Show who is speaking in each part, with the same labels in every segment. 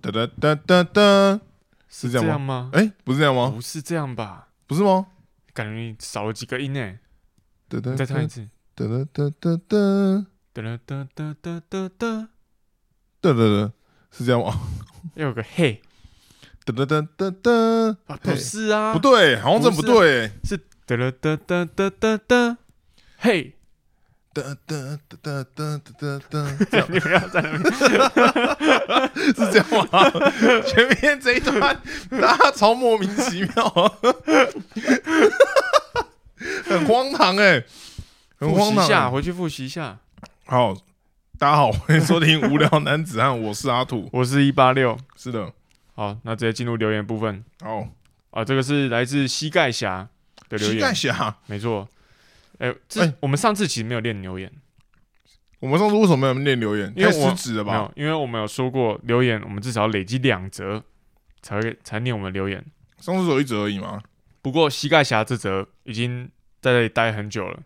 Speaker 1: 哒哒哒哒哒，是这
Speaker 2: 这
Speaker 1: 样
Speaker 2: 样
Speaker 1: 吗？
Speaker 2: 吗？
Speaker 1: 哎，不是这样吗？
Speaker 2: 不是这样吧？
Speaker 1: 不是吗？
Speaker 2: 感觉你少了几个音呢。
Speaker 1: 呃哒哒
Speaker 2: 你再唱一次。
Speaker 1: 哒哒哒哒哒
Speaker 2: 哒啦哒哒哒哒哒，
Speaker 1: 哒哒哒，是这样吗？
Speaker 2: 要有个嘿
Speaker 1: 哒哒哒哒哒，
Speaker 2: 啊，不是啊，
Speaker 1: 不，对，好像真不
Speaker 2: 不是
Speaker 1: 对。
Speaker 2: 哒啦哒哒哒哒哒，嘿，
Speaker 1: 哒哒哒哒哒哒哒，这样
Speaker 2: 你不要在那边，
Speaker 1: 是这样吗？前面这一段大家超莫名其妙， 很荒唐哎、很
Speaker 2: 复
Speaker 1: 荒
Speaker 2: 习一下，
Speaker 1: 唐。啊欸
Speaker 2: 回去复习一下。
Speaker 1: 好，大家好，欢迎收听《无聊男子汉》，我是阿土。
Speaker 2: 我是一八六，
Speaker 1: 是的，
Speaker 2: 好，那直接进入留言部分
Speaker 1: 好，
Speaker 2: 啊，这个是来自膝盖侠的留
Speaker 1: 膝盖
Speaker 2: 言，
Speaker 1: 侠，
Speaker 2: 没错。哎，这
Speaker 1: 哎
Speaker 2: 我们上次其实没有练留言，
Speaker 1: 我们上次为什么没有念留言？
Speaker 2: 因为
Speaker 1: 太
Speaker 2: 我
Speaker 1: 失职了
Speaker 2: 没
Speaker 1: 吧？
Speaker 2: 有，因为我们有说过留言，我们至少要累积两则才会才念我们留言。
Speaker 1: 上次只有一折而已嘛。
Speaker 2: 不过膝盖侠这则已经在这里待很久了，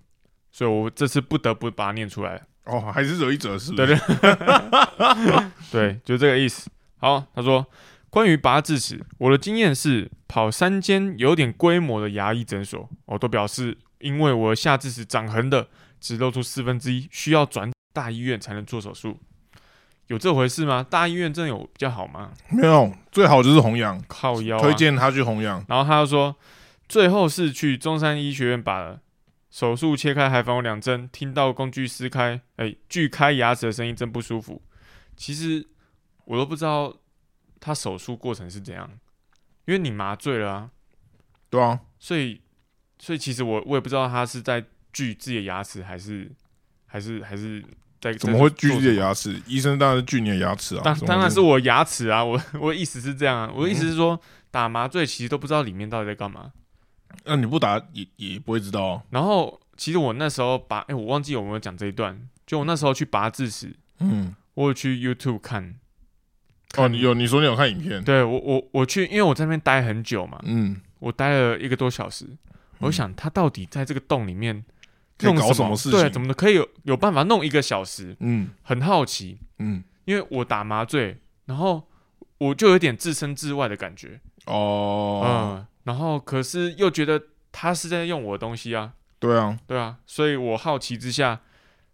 Speaker 2: 所以我这次不得不把它念 出来。
Speaker 1: 哦，还是只有一折是不
Speaker 2: 对
Speaker 1: 是？
Speaker 2: 对对，就这个意思。好，他说关于拔智齿，我的经验是跑三间有点规模的牙医诊所，我、都表示因为我的下智齿长横的，只露出四分之一，需要转大医院才能做手术。有这回事吗？大医院真的有比较好吗？
Speaker 1: 没有，最好就是弘扬，
Speaker 2: 靠腰、啊，
Speaker 1: 推荐他去弘扬。
Speaker 2: 然后他又说，最后是去中山医学院把手术切开海防两针，听到工具撕开，哎，锯开牙齿的声音真不舒服。其实我都不知道他手术过程是怎样，因为你麻醉了啊，
Speaker 1: 对啊，
Speaker 2: 所以所以其实我我也不知道他是在锯自己的牙齿，还是还是还是在
Speaker 1: 怎么会锯自己的？
Speaker 2: 在做什么
Speaker 1: 牙齿？医生当然是锯你的牙齿啊。
Speaker 2: 当
Speaker 1: 怎么
Speaker 2: 当然
Speaker 1: 会
Speaker 2: 是我牙齿啊，我我的意思是这样啊，我的意思是说、
Speaker 1: 嗯
Speaker 2: 打麻醉其实都不知道里面到底在干嘛。
Speaker 1: 那、你不打也也不会知道、啊。
Speaker 2: 然后其实我那时候拔，哎、我忘记有没有讲这一段。就我那时候去拔智齿，
Speaker 1: 嗯，
Speaker 2: 我有去 YouTube 看。
Speaker 1: 哦，你有你说你有看影片？
Speaker 2: 对我我我去，因为我在那边待很久嘛，
Speaker 1: 嗯，
Speaker 2: 我待了一个多小时。我想他到底在这个洞里面
Speaker 1: 可以
Speaker 2: 弄
Speaker 1: 搞
Speaker 2: 什
Speaker 1: 么事情？
Speaker 2: 对，怎么的可以有有办法弄一个小时？
Speaker 1: 嗯
Speaker 2: 很好奇，
Speaker 1: 嗯，
Speaker 2: 因为我打麻醉，然后我就有点置身之外的感觉，嗯、
Speaker 1: 哦，
Speaker 2: 然后可是又觉得他是在用我的东西啊，
Speaker 1: 对啊，
Speaker 2: 对啊，所以我好奇之下，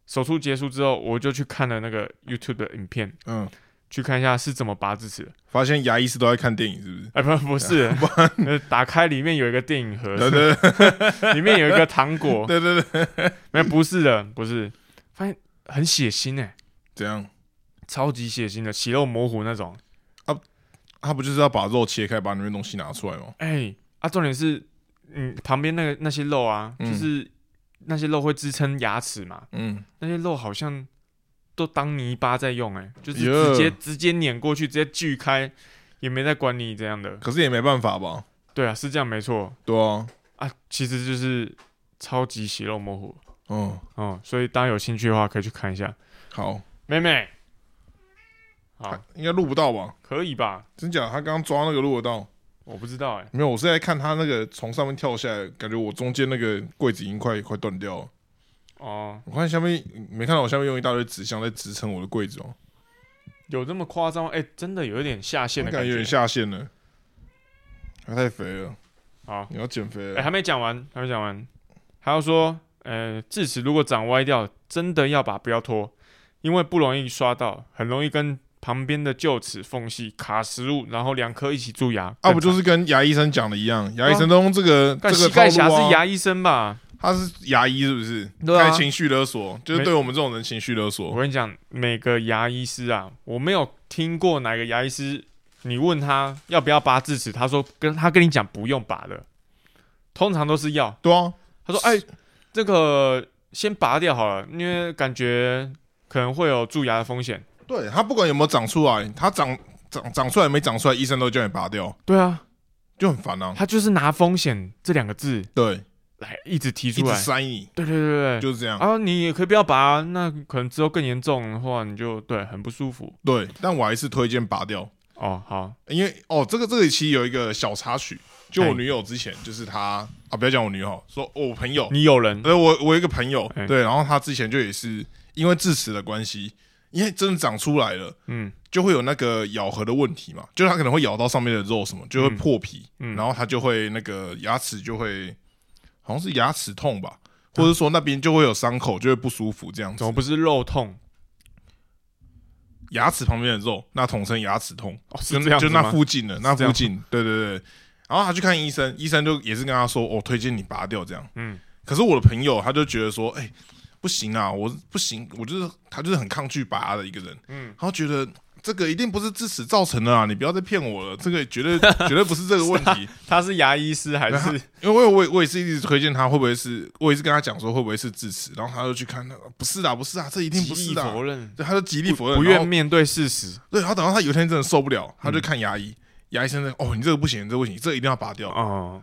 Speaker 2: 手术结束之后，我就去看了那个 YouTube 的影片，
Speaker 1: 嗯，
Speaker 2: 去看一下是怎么拔智齿的。
Speaker 1: 发现牙医师都在看电影，是不是？
Speaker 2: 哎、不，不是，呃 打开里面有一个电影盒，
Speaker 1: 对对对
Speaker 2: 里面有一个糖果，
Speaker 1: 对对对，
Speaker 2: 没有，不是的，不是，发现很血腥哎、
Speaker 1: 怎样？
Speaker 2: 超级血腥的，血肉模糊那种。
Speaker 1: 他不就是要把肉切开，把里面东西拿出来吗？
Speaker 2: 哎、啊，重点是，嗯，旁边那个那些肉啊，就
Speaker 1: 嗯
Speaker 2: 是、那些肉会支撑牙齿嘛，
Speaker 1: 嗯，
Speaker 2: 那些肉好像都当泥巴在用、欸，哎，就是
Speaker 1: 哟
Speaker 2: 直接直接碾过去，直接锯开，也没在管你这样的。
Speaker 1: 可是也没办法吧？
Speaker 2: 对啊，是这样没错
Speaker 1: 对啊，
Speaker 2: 啊，其实就是超级血肉模糊
Speaker 1: 嗯，
Speaker 2: 哦、所以大家有兴趣的话可以去看一下。
Speaker 1: 好，
Speaker 2: 妹妹，好
Speaker 1: 他，应该录不到吧？
Speaker 2: 可以吧？
Speaker 1: 真假？他刚刚抓那个录得到？
Speaker 2: 我不知道哎、
Speaker 1: 没有，我是在看他那个从上面跳下来，感觉我中间那个柜子已经快快断掉了。
Speaker 2: 哦，
Speaker 1: 我看下面没看到我下面用一大堆纸箱在支撑我的柜子哦，
Speaker 2: 有这么夸张吗？哎、真的有一点下线
Speaker 1: 我
Speaker 2: 的
Speaker 1: 感
Speaker 2: 感
Speaker 1: 觉有点
Speaker 2: 觉。
Speaker 1: 下线了，他太肥了，
Speaker 2: 好，
Speaker 1: 你要减肥
Speaker 2: 哎、
Speaker 1: 了。
Speaker 2: 还没讲完，还没讲完，还要说，呃，智齿如果长歪掉，真的要把不要脱，因为不容易刷到，很容易跟旁边的臼齿缝隙卡食物，然后两颗一起蛀牙。
Speaker 1: 啊，不就是跟牙医生讲的一样？牙医生都用这个、
Speaker 2: 但
Speaker 1: 这个
Speaker 2: 啊
Speaker 1: 套
Speaker 2: 膝盖侠
Speaker 1: 路啊，
Speaker 2: 是牙医生吧？
Speaker 1: 他是牙医是不是？
Speaker 2: 对啊
Speaker 1: 开情绪勒索，就是
Speaker 2: 没
Speaker 1: 对我们这种人情绪勒索
Speaker 2: 我。跟你讲，每个牙医师啊，我没有听过哪个牙医师，你问他要不要拔智齿，他说跟他跟你讲不用拔的，通常都是要。
Speaker 1: 对啊，
Speaker 2: 他说：“哎、这个先拔掉好了，因为感觉可能会有蛀牙的风险。
Speaker 1: 对他不管有没有长出来，他长长长出来没长出来，医生都叫你拔掉”，
Speaker 2: 对啊，
Speaker 1: 就很烦啊。
Speaker 2: 他就是拿“风险”这两个字
Speaker 1: 对，
Speaker 2: 来一直提
Speaker 1: 一
Speaker 2: 出
Speaker 1: 直
Speaker 2: 来。
Speaker 1: 塞你，
Speaker 2: 对对对对对，
Speaker 1: 就是这样。
Speaker 2: 啊，你也可以不要拔啊、那可能之后更严重的话，你就对很不舒服。
Speaker 1: 对，但我还是推荐拔掉。
Speaker 2: 哦，好，
Speaker 1: 因为哦，这个这个其实有一个小插曲，就我
Speaker 2: 嘿
Speaker 1: 女友之前就是她啊，不要讲我女友，说、哦、我朋友，
Speaker 2: 你有人哎
Speaker 1: 呃，我我有一个朋友
Speaker 2: 嘿，
Speaker 1: 对，然后她之前就也是因为智齿的关系，因为真的长出来了，
Speaker 2: 嗯
Speaker 1: 就会有那个咬合的问题嘛，就是它可能会咬到上面的肉什么，就会
Speaker 2: 嗯
Speaker 1: 破皮，
Speaker 2: 嗯
Speaker 1: 然后它就会那个牙齿就会好像是牙齿痛吧，或者说那边就会有伤口，就会不舒服这样子
Speaker 2: 怎么。不是肉痛？
Speaker 1: 牙齿旁边的肉，那统称牙齿痛，
Speaker 2: 哦，
Speaker 1: 就是
Speaker 2: 这样
Speaker 1: 就
Speaker 2: 子
Speaker 1: 那
Speaker 2: 吗？
Speaker 1: 附近的那
Speaker 2: 这
Speaker 1: 附
Speaker 2: 样
Speaker 1: 近，对对对。然后他去看医生，医生就也是跟他说，我、推荐你拔掉这样。
Speaker 2: 嗯
Speaker 1: 可是我的朋友他就觉得说，哎、不行啊，我不行，我就是他就是很抗拒拔的一个人，
Speaker 2: 嗯，
Speaker 1: 他觉得这个一定不是智齿造成的啊，你不要再骗我了，这个绝 对绝对不是这个问题，
Speaker 2: 他是啊牙医师还是？
Speaker 1: 因为我我也我也是一直推荐他会不会是，我也是跟他讲说会不会是智齿，然后他就去看，那不是啊，不是啊，这一定不
Speaker 2: 极
Speaker 1: 是
Speaker 2: 力
Speaker 1: 的、
Speaker 2: 否认，
Speaker 1: 对，他就极力否认，
Speaker 2: 不
Speaker 1: 然后
Speaker 2: 愿面对事实。
Speaker 1: 对，然后等到他有一天真的受不了，他就
Speaker 2: 嗯
Speaker 1: 看牙医，牙医生在哦，你这个不行，你这个不行，这个一定要拔掉，
Speaker 2: 哦，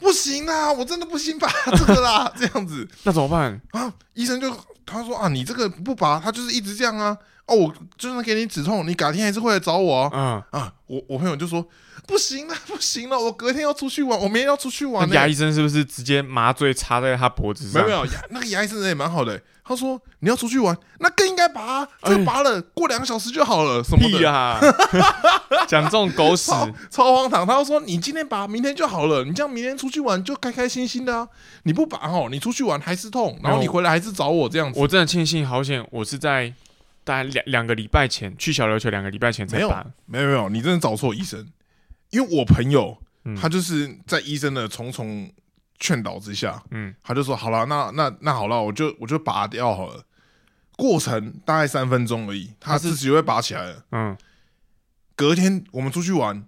Speaker 1: 不行啦，我真的不行拔 这个啦，这样子
Speaker 2: 那怎么办？
Speaker 1: 啊，医生就他说啊，你这个不拔，他就是一直这样啊，哦，我就算给你止痛，你改天还是会来找我啊。
Speaker 2: 嗯，
Speaker 1: 啊，我我朋友就说不行了， 不行了，我隔天要出去玩，我明天要出去
Speaker 2: 那
Speaker 1: 玩、欸。
Speaker 2: 牙医生是不是直接麻醉插在他脖子
Speaker 1: 没
Speaker 2: 上？
Speaker 1: 有没有，牙那个牙医生人也蛮好的欸、他说你要出去玩，那更应该拔、啊，这个拔了过两个小时就好了，什么
Speaker 2: 哎屁
Speaker 1: 的，
Speaker 2: 呀！ 讲这种狗屎，
Speaker 1: 超超荒唐。他就说你今天拔，明天就好了，你这样明天出去玩就开开心心的啊。你不拔哦，你出去玩还是痛，然后
Speaker 2: 没
Speaker 1: 你
Speaker 2: 有
Speaker 1: 回来还是找我这样子。
Speaker 2: 我真的庆幸，好险，我是在大概两两个礼拜前去小琉球，两个礼拜前才
Speaker 1: 没有
Speaker 2: 打。
Speaker 1: 没有没有，你真的找错医生，因为我朋友
Speaker 2: 嗯
Speaker 1: 他就是在医生的重重劝导之下，
Speaker 2: 嗯
Speaker 1: 他就说好了，那那那好了，我就我就拔掉好了。过程大概三分钟而已，他
Speaker 2: 他是
Speaker 1: 自己就会拔起来了。
Speaker 2: 嗯，
Speaker 1: 隔天我们出去玩，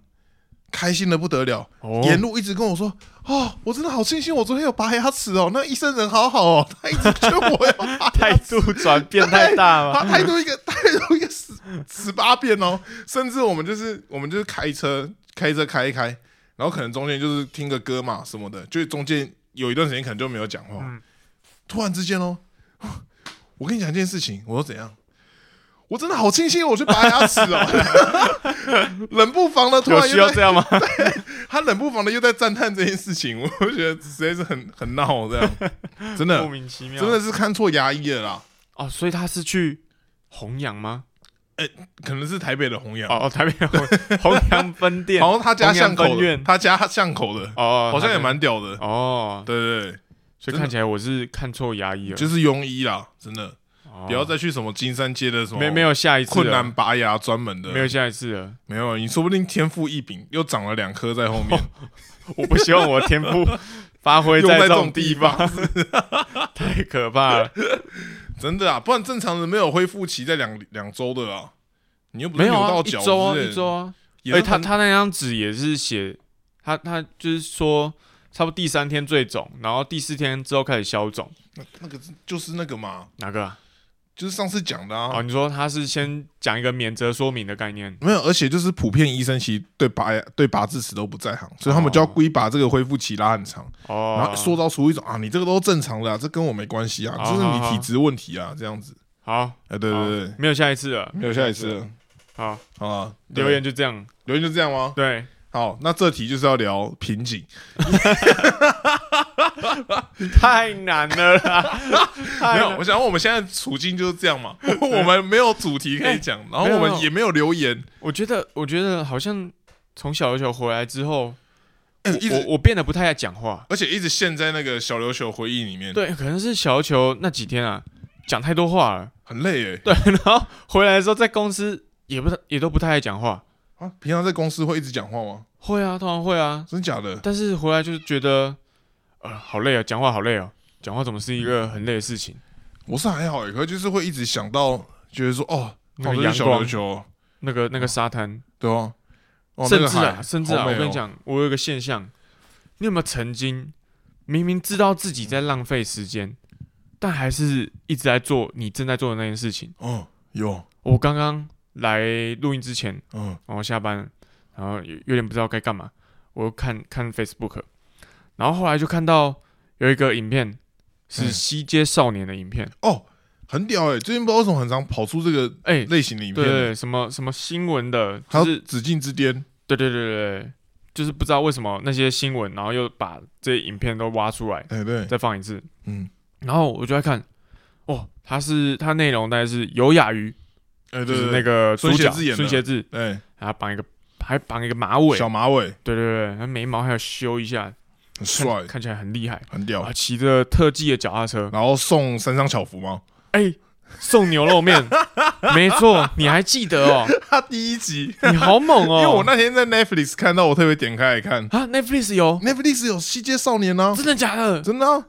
Speaker 1: 开心的不得了，
Speaker 2: 哦
Speaker 1: 沿 路一直跟我说：“哦，我真的好庆幸我昨天有拔牙齿哦，那医生人好好哦， 他一直劝我要拔牙 齿
Speaker 2: 态度转变太大了。
Speaker 1: 他态度一个态度一个十十八变哦，甚至我们就是我们就是开车开车开一开，然后可能中间就是听个歌嘛什么的，就中间有一段时间可能就没有讲话，
Speaker 2: 嗯
Speaker 1: 突然之间哦，我跟你讲一件事情，我说怎样？我真的好庆幸我去拔牙齿哦， 冷不防 的突
Speaker 2: 有
Speaker 1: 然
Speaker 2: 需
Speaker 1: 又
Speaker 2: 要
Speaker 1: 在
Speaker 2: 这样吗？
Speaker 1: 他冷不防的又在赞叹这件事情， 我就觉得实在是很很闹这 样，真
Speaker 2: 莫
Speaker 1: 的
Speaker 2: 名其妙。
Speaker 1: 真的是看错牙医了啦，
Speaker 2: 哦，所以他是去弘扬吗？
Speaker 1: 可能是台北的弘扬。
Speaker 2: 哦哦，台北 弘弘扬分店。
Speaker 1: 好
Speaker 2: 哦
Speaker 1: 像他家巷
Speaker 2: 弘
Speaker 1: 口
Speaker 2: 扬分
Speaker 1: 的，
Speaker 2: 院
Speaker 1: 他家巷口的，
Speaker 2: 哦，
Speaker 1: 好像也
Speaker 2: 他
Speaker 1: 蛮屌的。
Speaker 2: 哦，
Speaker 1: 对对对，
Speaker 2: 所以看起来我是看错牙医了。
Speaker 1: 就是庸医啦，真的，
Speaker 2: 哦
Speaker 1: 不要再去什么金山街的什么，
Speaker 2: 没没有下一次了
Speaker 1: 困难拔牙专门的，
Speaker 2: 没有下一次了。
Speaker 1: 没有，你说不定天赋异禀，又长了两颗在后
Speaker 2: 哦
Speaker 1: 面，
Speaker 2: 我不希望我的天赋 发挥
Speaker 1: 用
Speaker 2: 这
Speaker 1: 这
Speaker 2: 种
Speaker 1: 种地
Speaker 2: 地方，
Speaker 1: 方，
Speaker 2: 太可怕了。
Speaker 1: 真的啊，不然正常人没有恢复期在两两周的啊，你又不
Speaker 2: 没
Speaker 1: 是
Speaker 2: 有
Speaker 1: 扭
Speaker 2: 啊
Speaker 1: 到，
Speaker 2: 一
Speaker 1: 脚
Speaker 2: 周啊，
Speaker 1: 之类
Speaker 2: 一
Speaker 1: 的
Speaker 2: 周，啊。
Speaker 1: 也
Speaker 2: 而且
Speaker 1: 是
Speaker 2: 他
Speaker 1: 疼
Speaker 2: 他那张纸也是写，他他就是说，差不多第三天最肿，然后第四天之后开始消肿。
Speaker 1: 那个就是那个嘛，
Speaker 2: 哪个啊？
Speaker 1: 就是上次讲的啊
Speaker 2: 哦，，你说他是先讲一个免责说明的概念，
Speaker 1: 没有，而且就是普遍医生其实对拔牙对拔智齿都不在行，所以他们就要
Speaker 2: 哦
Speaker 1: 故意把这个恢复期拉很长。
Speaker 2: 哦，
Speaker 1: 然后塑造出一种啊，你这个都正常的、啊，这跟我没关系啊，
Speaker 2: 好
Speaker 1: 这是
Speaker 2: 好
Speaker 1: 你
Speaker 2: 好
Speaker 1: 体质问题啊，这样子。
Speaker 2: 好，
Speaker 1: 哎，对
Speaker 2: 好
Speaker 1: 对对，
Speaker 2: 没有下一次了，
Speaker 1: 没有下一次了，
Speaker 2: 好，
Speaker 1: 好啊。对
Speaker 2: 留言就这样，
Speaker 1: 留言就这样吗？
Speaker 2: 对，
Speaker 1: 好，那这题就是要聊瓶颈，
Speaker 2: 太难了啦，
Speaker 1: 没
Speaker 2: 太
Speaker 1: 有，
Speaker 2: 难
Speaker 1: 我想我们现在处境就是这样嘛，我们没有主题可以讲，然后
Speaker 2: 没有
Speaker 1: 我
Speaker 2: 没
Speaker 1: 们
Speaker 2: 有
Speaker 1: 也没有留言，
Speaker 2: 我觉得，我觉得好像从小琉球回来之后，
Speaker 1: 哎，
Speaker 2: 我
Speaker 1: 一
Speaker 2: 我
Speaker 1: 直
Speaker 2: 我变得不太爱讲话。
Speaker 1: 而且一直陷在那个小琉球回忆里面，，
Speaker 2: 对，可能是小琉球那几天啊，讲太多话了。
Speaker 1: 很累哎。
Speaker 2: 对，然后回来的时候在公司也不太也都不太爱讲话。
Speaker 1: 啊，平常在公司会一直讲话吗？
Speaker 2: 会啊，通常会啊，
Speaker 1: 真假的？
Speaker 2: 但是回来就是觉得，呃，好累啊，讲话好累哦，讲话怎么是一个很累的事情？
Speaker 1: 我是还好哎，可就是会一直想到，觉得说哦，
Speaker 2: 那个
Speaker 1: 哦这
Speaker 2: 阳
Speaker 1: 是小
Speaker 2: 光
Speaker 1: 琉球，
Speaker 2: 那个那个沙滩，
Speaker 1: 对吧？哦
Speaker 2: 甚
Speaker 1: 那个
Speaker 2: 至啊，
Speaker 1: 海
Speaker 2: 甚至
Speaker 1: 好
Speaker 2: 啊，
Speaker 1: 美
Speaker 2: 我跟
Speaker 1: 哦
Speaker 2: 你讲，我有一个现象，你有没有曾经明明知道自己在浪费时间，但还是一直在做你正在做的那件事情？
Speaker 1: 哦，有，
Speaker 2: 我刚刚来录音之前，
Speaker 1: 嗯，
Speaker 2: 然后下班了，然后有有点不知道该干嘛，我又看看 Facebook，然后后来就看到有一个影片是
Speaker 1: 嗯
Speaker 2: 西街少年的影片，
Speaker 1: 哦，很屌哎、最近不知道为什么很常跑出这个
Speaker 2: 哎、
Speaker 1: 类型的影
Speaker 2: 对
Speaker 1: 片、欸，
Speaker 2: 对，什么什么新闻的，
Speaker 1: 还
Speaker 2: 就
Speaker 1: 有
Speaker 2: 是
Speaker 1: 《紫禁之巅》
Speaker 2: 对对对对对，就是不知道为什么那些新闻，然后又把这些影片都挖出来
Speaker 1: 哎、对，
Speaker 2: 再放一次，
Speaker 1: 嗯，
Speaker 2: 然后我就在看，哦，它是它内容大概是有雅鱼
Speaker 1: 哎，
Speaker 2: 就
Speaker 1: 对
Speaker 2: 是
Speaker 1: 对
Speaker 2: 那
Speaker 1: 对，
Speaker 2: 个主
Speaker 1: 孙协
Speaker 2: 角
Speaker 1: 志演的
Speaker 2: 孙协志，
Speaker 1: 哎，
Speaker 2: 然后绑一个还绑一个马尾，
Speaker 1: 小马尾
Speaker 2: 对对对，他眉毛还要修一下，
Speaker 1: 很
Speaker 2: 看
Speaker 1: 帅，
Speaker 2: 看起来很厉害。
Speaker 1: 很
Speaker 2: 啊，
Speaker 1: 屌。
Speaker 2: 骑着特技的脚踏车，
Speaker 1: 然后送山上巧福 吗？
Speaker 2: 哎，送牛肉面，没错，你还记得哦？
Speaker 1: 他第一集，
Speaker 2: 你好猛哦！
Speaker 1: 因为我那天在 Netflix 看到，我特别点开来看
Speaker 2: 啊，Netflix 有，
Speaker 1: ，Netflix 有《西街少年》呢，
Speaker 2: 真的假的？
Speaker 1: 真的啊，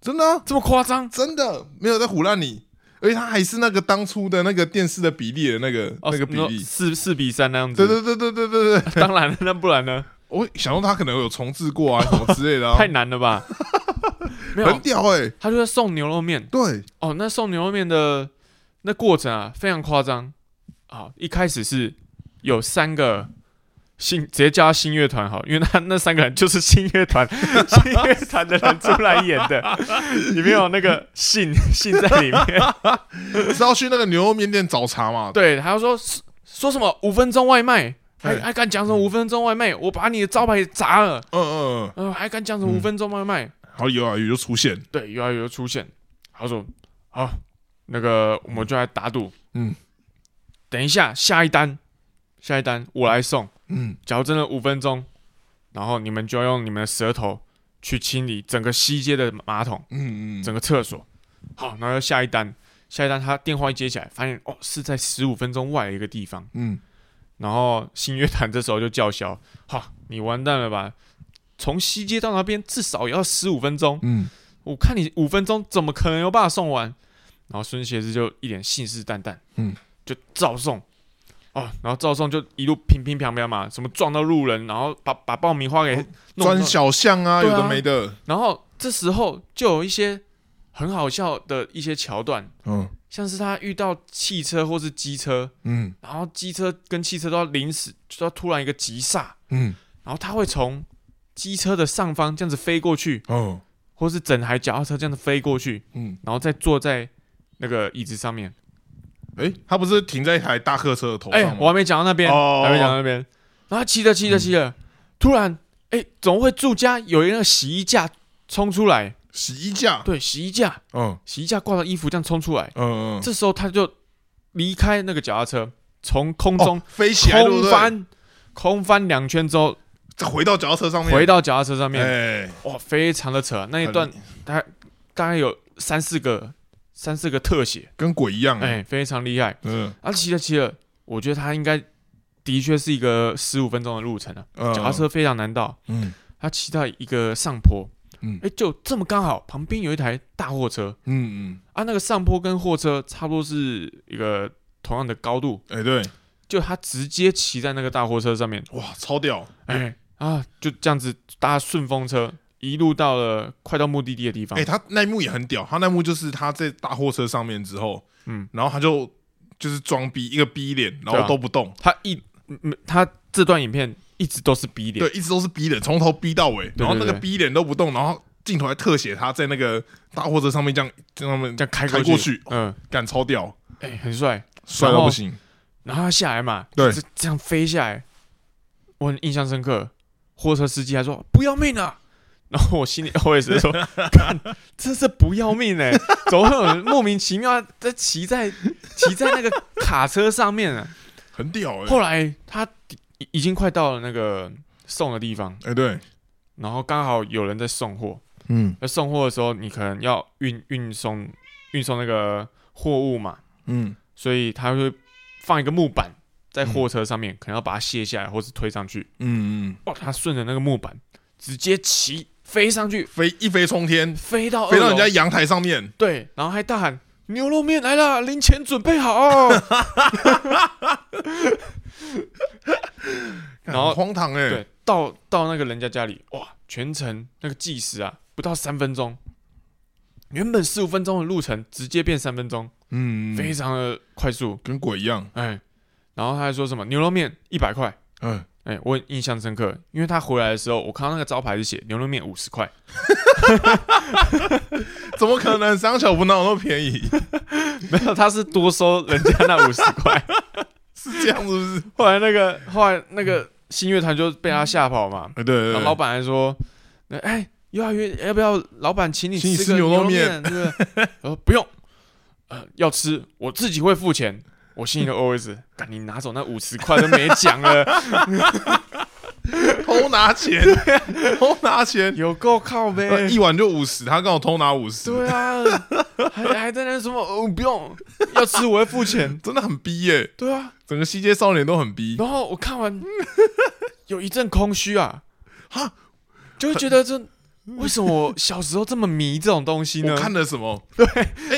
Speaker 1: 真的啊，
Speaker 2: 这么夸张？
Speaker 1: 真的没有在唬烂你，而且他还是那个当初的那个电视的比例的那个
Speaker 2: 哦
Speaker 1: 那个比
Speaker 2: 你说
Speaker 1: 例。
Speaker 2: 四四比三那样
Speaker 1: 对
Speaker 2: 子。
Speaker 1: 对对对对对对，
Speaker 2: 当然了，那不然呢？
Speaker 1: 我想说他可能有重置过啊什么之类的啊，
Speaker 2: 太难了 吧？没有
Speaker 1: 很，屌哎、
Speaker 2: 他就在送牛肉面。
Speaker 1: 对，
Speaker 2: 哦，那送牛肉面的那过程啊，非常夸张啊！一开始是有三个新，直接叫他新乐团好，因为他那三个人就是新乐团 新乐团的人出来演的，里面有那个信信在里面。
Speaker 1: 是要去那个牛肉面店找茬嘛？
Speaker 2: 对，还要说说什么五分钟外卖，还
Speaker 1: 哎
Speaker 2: 还敢讲什么五分钟外卖？我把你的招牌砸了，
Speaker 1: 嗯嗯
Speaker 2: 呃，还敢讲什么五分钟外卖？
Speaker 1: 嗯，好有啊有就出现，
Speaker 2: 对，有啊有出现。他说：“好，那个我们就来打赌，
Speaker 1: 嗯，
Speaker 2: 等一下下一单，下一单我来送。
Speaker 1: 嗯，
Speaker 2: 假如真的五分钟，然后你们就用你们的舌头去清理整个西街的马桶，
Speaker 1: 嗯嗯，
Speaker 2: 整个厕所。好，然后下一单，下一单他电话一接起来，发现哦是在十五分钟外的一个地方。
Speaker 1: 嗯，
Speaker 2: 然后新乐坛这时候就叫嚣：哈，你完蛋了吧！从西街到那边至少也要十五分钟。”
Speaker 1: 嗯，
Speaker 2: 我看你五分钟怎么可能有办法送完？然后孙协志就一脸信誓旦旦，
Speaker 1: 嗯，
Speaker 2: 就照送。哦，然后照送就一路乒乒乓乓嘛，什么撞到路人，然后把把爆米花给
Speaker 1: 哦
Speaker 2: 弄
Speaker 1: 钻
Speaker 2: 到
Speaker 1: 小巷啊，有
Speaker 2: 对啊
Speaker 1: 的没的，
Speaker 2: 然后这时候就有一些很好笑的一些桥段，
Speaker 1: 嗯
Speaker 2: 像是他遇到汽车或是机车，
Speaker 1: 嗯
Speaker 2: 然后机车跟汽车都要临时就要突然一个急刹，
Speaker 1: 嗯，
Speaker 2: 然后他会从机车的上方这样子飞过去，
Speaker 1: 哦，
Speaker 2: 或是整台脚踏车这样子飞过去，
Speaker 1: 嗯，
Speaker 2: 然后再坐在那个椅子上面。
Speaker 1: 哎，他不是停在一台大客车的头
Speaker 2: 哎、
Speaker 1: 上
Speaker 2: 我
Speaker 1: 吗？
Speaker 2: 还没讲到那边，
Speaker 1: 哦嗯
Speaker 2: 还没讲到那边。然后他骑着骑着骑着，突然，哎、怎么会住家有一个洗衣架冲出来？
Speaker 1: 洗衣架，
Speaker 2: 对，洗衣架，
Speaker 1: 嗯
Speaker 2: 洗衣架挂着衣服这样冲出来。
Speaker 1: 嗯嗯，
Speaker 2: 这时候他就离开那个脚踏车，从空中
Speaker 1: 哦飞起来，对不
Speaker 2: 空
Speaker 1: 对？
Speaker 2: 翻，空翻两圈之后，
Speaker 1: 再回到脚踏车上面，
Speaker 2: 回到脚踏车上面。
Speaker 1: 哎，
Speaker 2: 哇，非常的扯，那一段大概大概有三四个三四个特写，
Speaker 1: 跟鬼一样，
Speaker 2: 哎、非常厉害。
Speaker 1: 嗯
Speaker 2: 啊，骑了骑了，我觉得他应该的确是一个十五分钟的路程啊，
Speaker 1: 嗯，
Speaker 2: 脚踏，车非常难到。
Speaker 1: 嗯
Speaker 2: 他骑到一个上坡，
Speaker 1: 嗯
Speaker 2: 哎、就这么刚好，旁边有一台大货车
Speaker 1: 嗯
Speaker 2: 啊，那个上坡跟货车差不多是一个同样的高度，
Speaker 1: 嗯，哎对，
Speaker 2: 就他直接骑在那个大货车上面，
Speaker 1: 哇，超屌，
Speaker 2: 哎、啊，就这样子搭顺风车一路到了快到目的地的地方，
Speaker 1: 哎，他那一幕也很屌，他那一幕就是他在大货车上面之后，
Speaker 2: 嗯，
Speaker 1: 然后他就就是装逼，一个逼脸，然
Speaker 2: 对
Speaker 1: 后
Speaker 2: 啊
Speaker 1: 都不动，
Speaker 2: 他一嗯嗯他这段影片一直都是逼脸
Speaker 1: 对，，一直都是逼脸，从头逼到尾，
Speaker 2: 对
Speaker 1: 然后那
Speaker 2: 对
Speaker 1: 个
Speaker 2: 对
Speaker 1: 逼脸都不动，然后镜头还特写他在那个大货车上面这样，让他们
Speaker 2: 这样开
Speaker 1: 开
Speaker 2: 过
Speaker 1: 过，去，
Speaker 2: 嗯，
Speaker 1: 干超屌，
Speaker 2: 哎、很帅。
Speaker 1: 帅到不行，
Speaker 2: 然后他下来嘛，
Speaker 1: 对
Speaker 2: 这这样飞下来，我很印象深刻。货车司机还说不要命啊，然后我心里我也是说，看真是不要命哎、怎么会有人莫名其妙在骑在骑在那个卡车上面啊？
Speaker 1: 很屌哎，
Speaker 2: 后来他已已经快到了那个送的地方，
Speaker 1: 哎对，
Speaker 2: 然后刚好有人在送货，
Speaker 1: 嗯
Speaker 2: 那送货的时候你可能要运运送运送那个货物嘛，
Speaker 1: 嗯
Speaker 2: 所以他会放一个木板在货车上面，可能要把它卸下来或是推上去。
Speaker 1: 嗯嗯，
Speaker 2: 哇，他顺着那个木板直接骑飞上去，
Speaker 1: 飞一飞冲天，
Speaker 2: 飞到
Speaker 1: 飞到
Speaker 2: 二
Speaker 1: 人
Speaker 2: 楼
Speaker 1: 家阳台上面，
Speaker 2: 对，然后还大喊牛肉面来了，零钱准备好、 哦。
Speaker 1: 干
Speaker 2: 然后
Speaker 1: 很荒唐哎，
Speaker 2: 对，到到那个人家家里，哇，全程那个计时啊，不到三分钟。原本十五分钟的路程，直接变三分钟，
Speaker 1: 嗯，
Speaker 2: 非常的快速。
Speaker 1: 跟鬼一样，
Speaker 2: 哎，然后他还说什么牛肉面一百块，
Speaker 1: 嗯，
Speaker 2: 哎、我很印象深刻，因为他回来的时候，我看到那个招牌是写牛肉面五十块，
Speaker 1: 怎么可能？三小福哪有那么便宜？
Speaker 2: 没有，他是多收人家那五十块。
Speaker 1: 是这样是不是？
Speaker 2: 后来那个后来那个新乐团就被他吓跑嘛，
Speaker 1: 哎对对
Speaker 2: 然后
Speaker 1: 对，
Speaker 2: 老板还说，那哎、幼儿园要不要老板请你
Speaker 1: 请你
Speaker 2: 吃
Speaker 1: 吃
Speaker 2: 个
Speaker 1: 牛
Speaker 2: 牛
Speaker 1: 肉
Speaker 2: 肉面，对不对？我说不用，呃，要吃我自己会付钱。我心里的 OS：赶紧拿走那五十块都没讲了，
Speaker 1: 偷拿钱，偷拿 钱，
Speaker 2: 有够靠
Speaker 1: 呃
Speaker 2: 呗。
Speaker 1: 一碗就五十，他刚好偷拿五十，
Speaker 2: 对啊，还还在那什么哦，不用，要吃我会付钱。
Speaker 1: 真的很逼耶、
Speaker 2: 对啊，
Speaker 1: 整个西街少年都很逼。
Speaker 2: 然后我看完 有一阵空虚啊，
Speaker 1: 哈，
Speaker 2: 就会觉得这为什么我小时候这么迷这种东西呢
Speaker 1: 我？看了什 么？对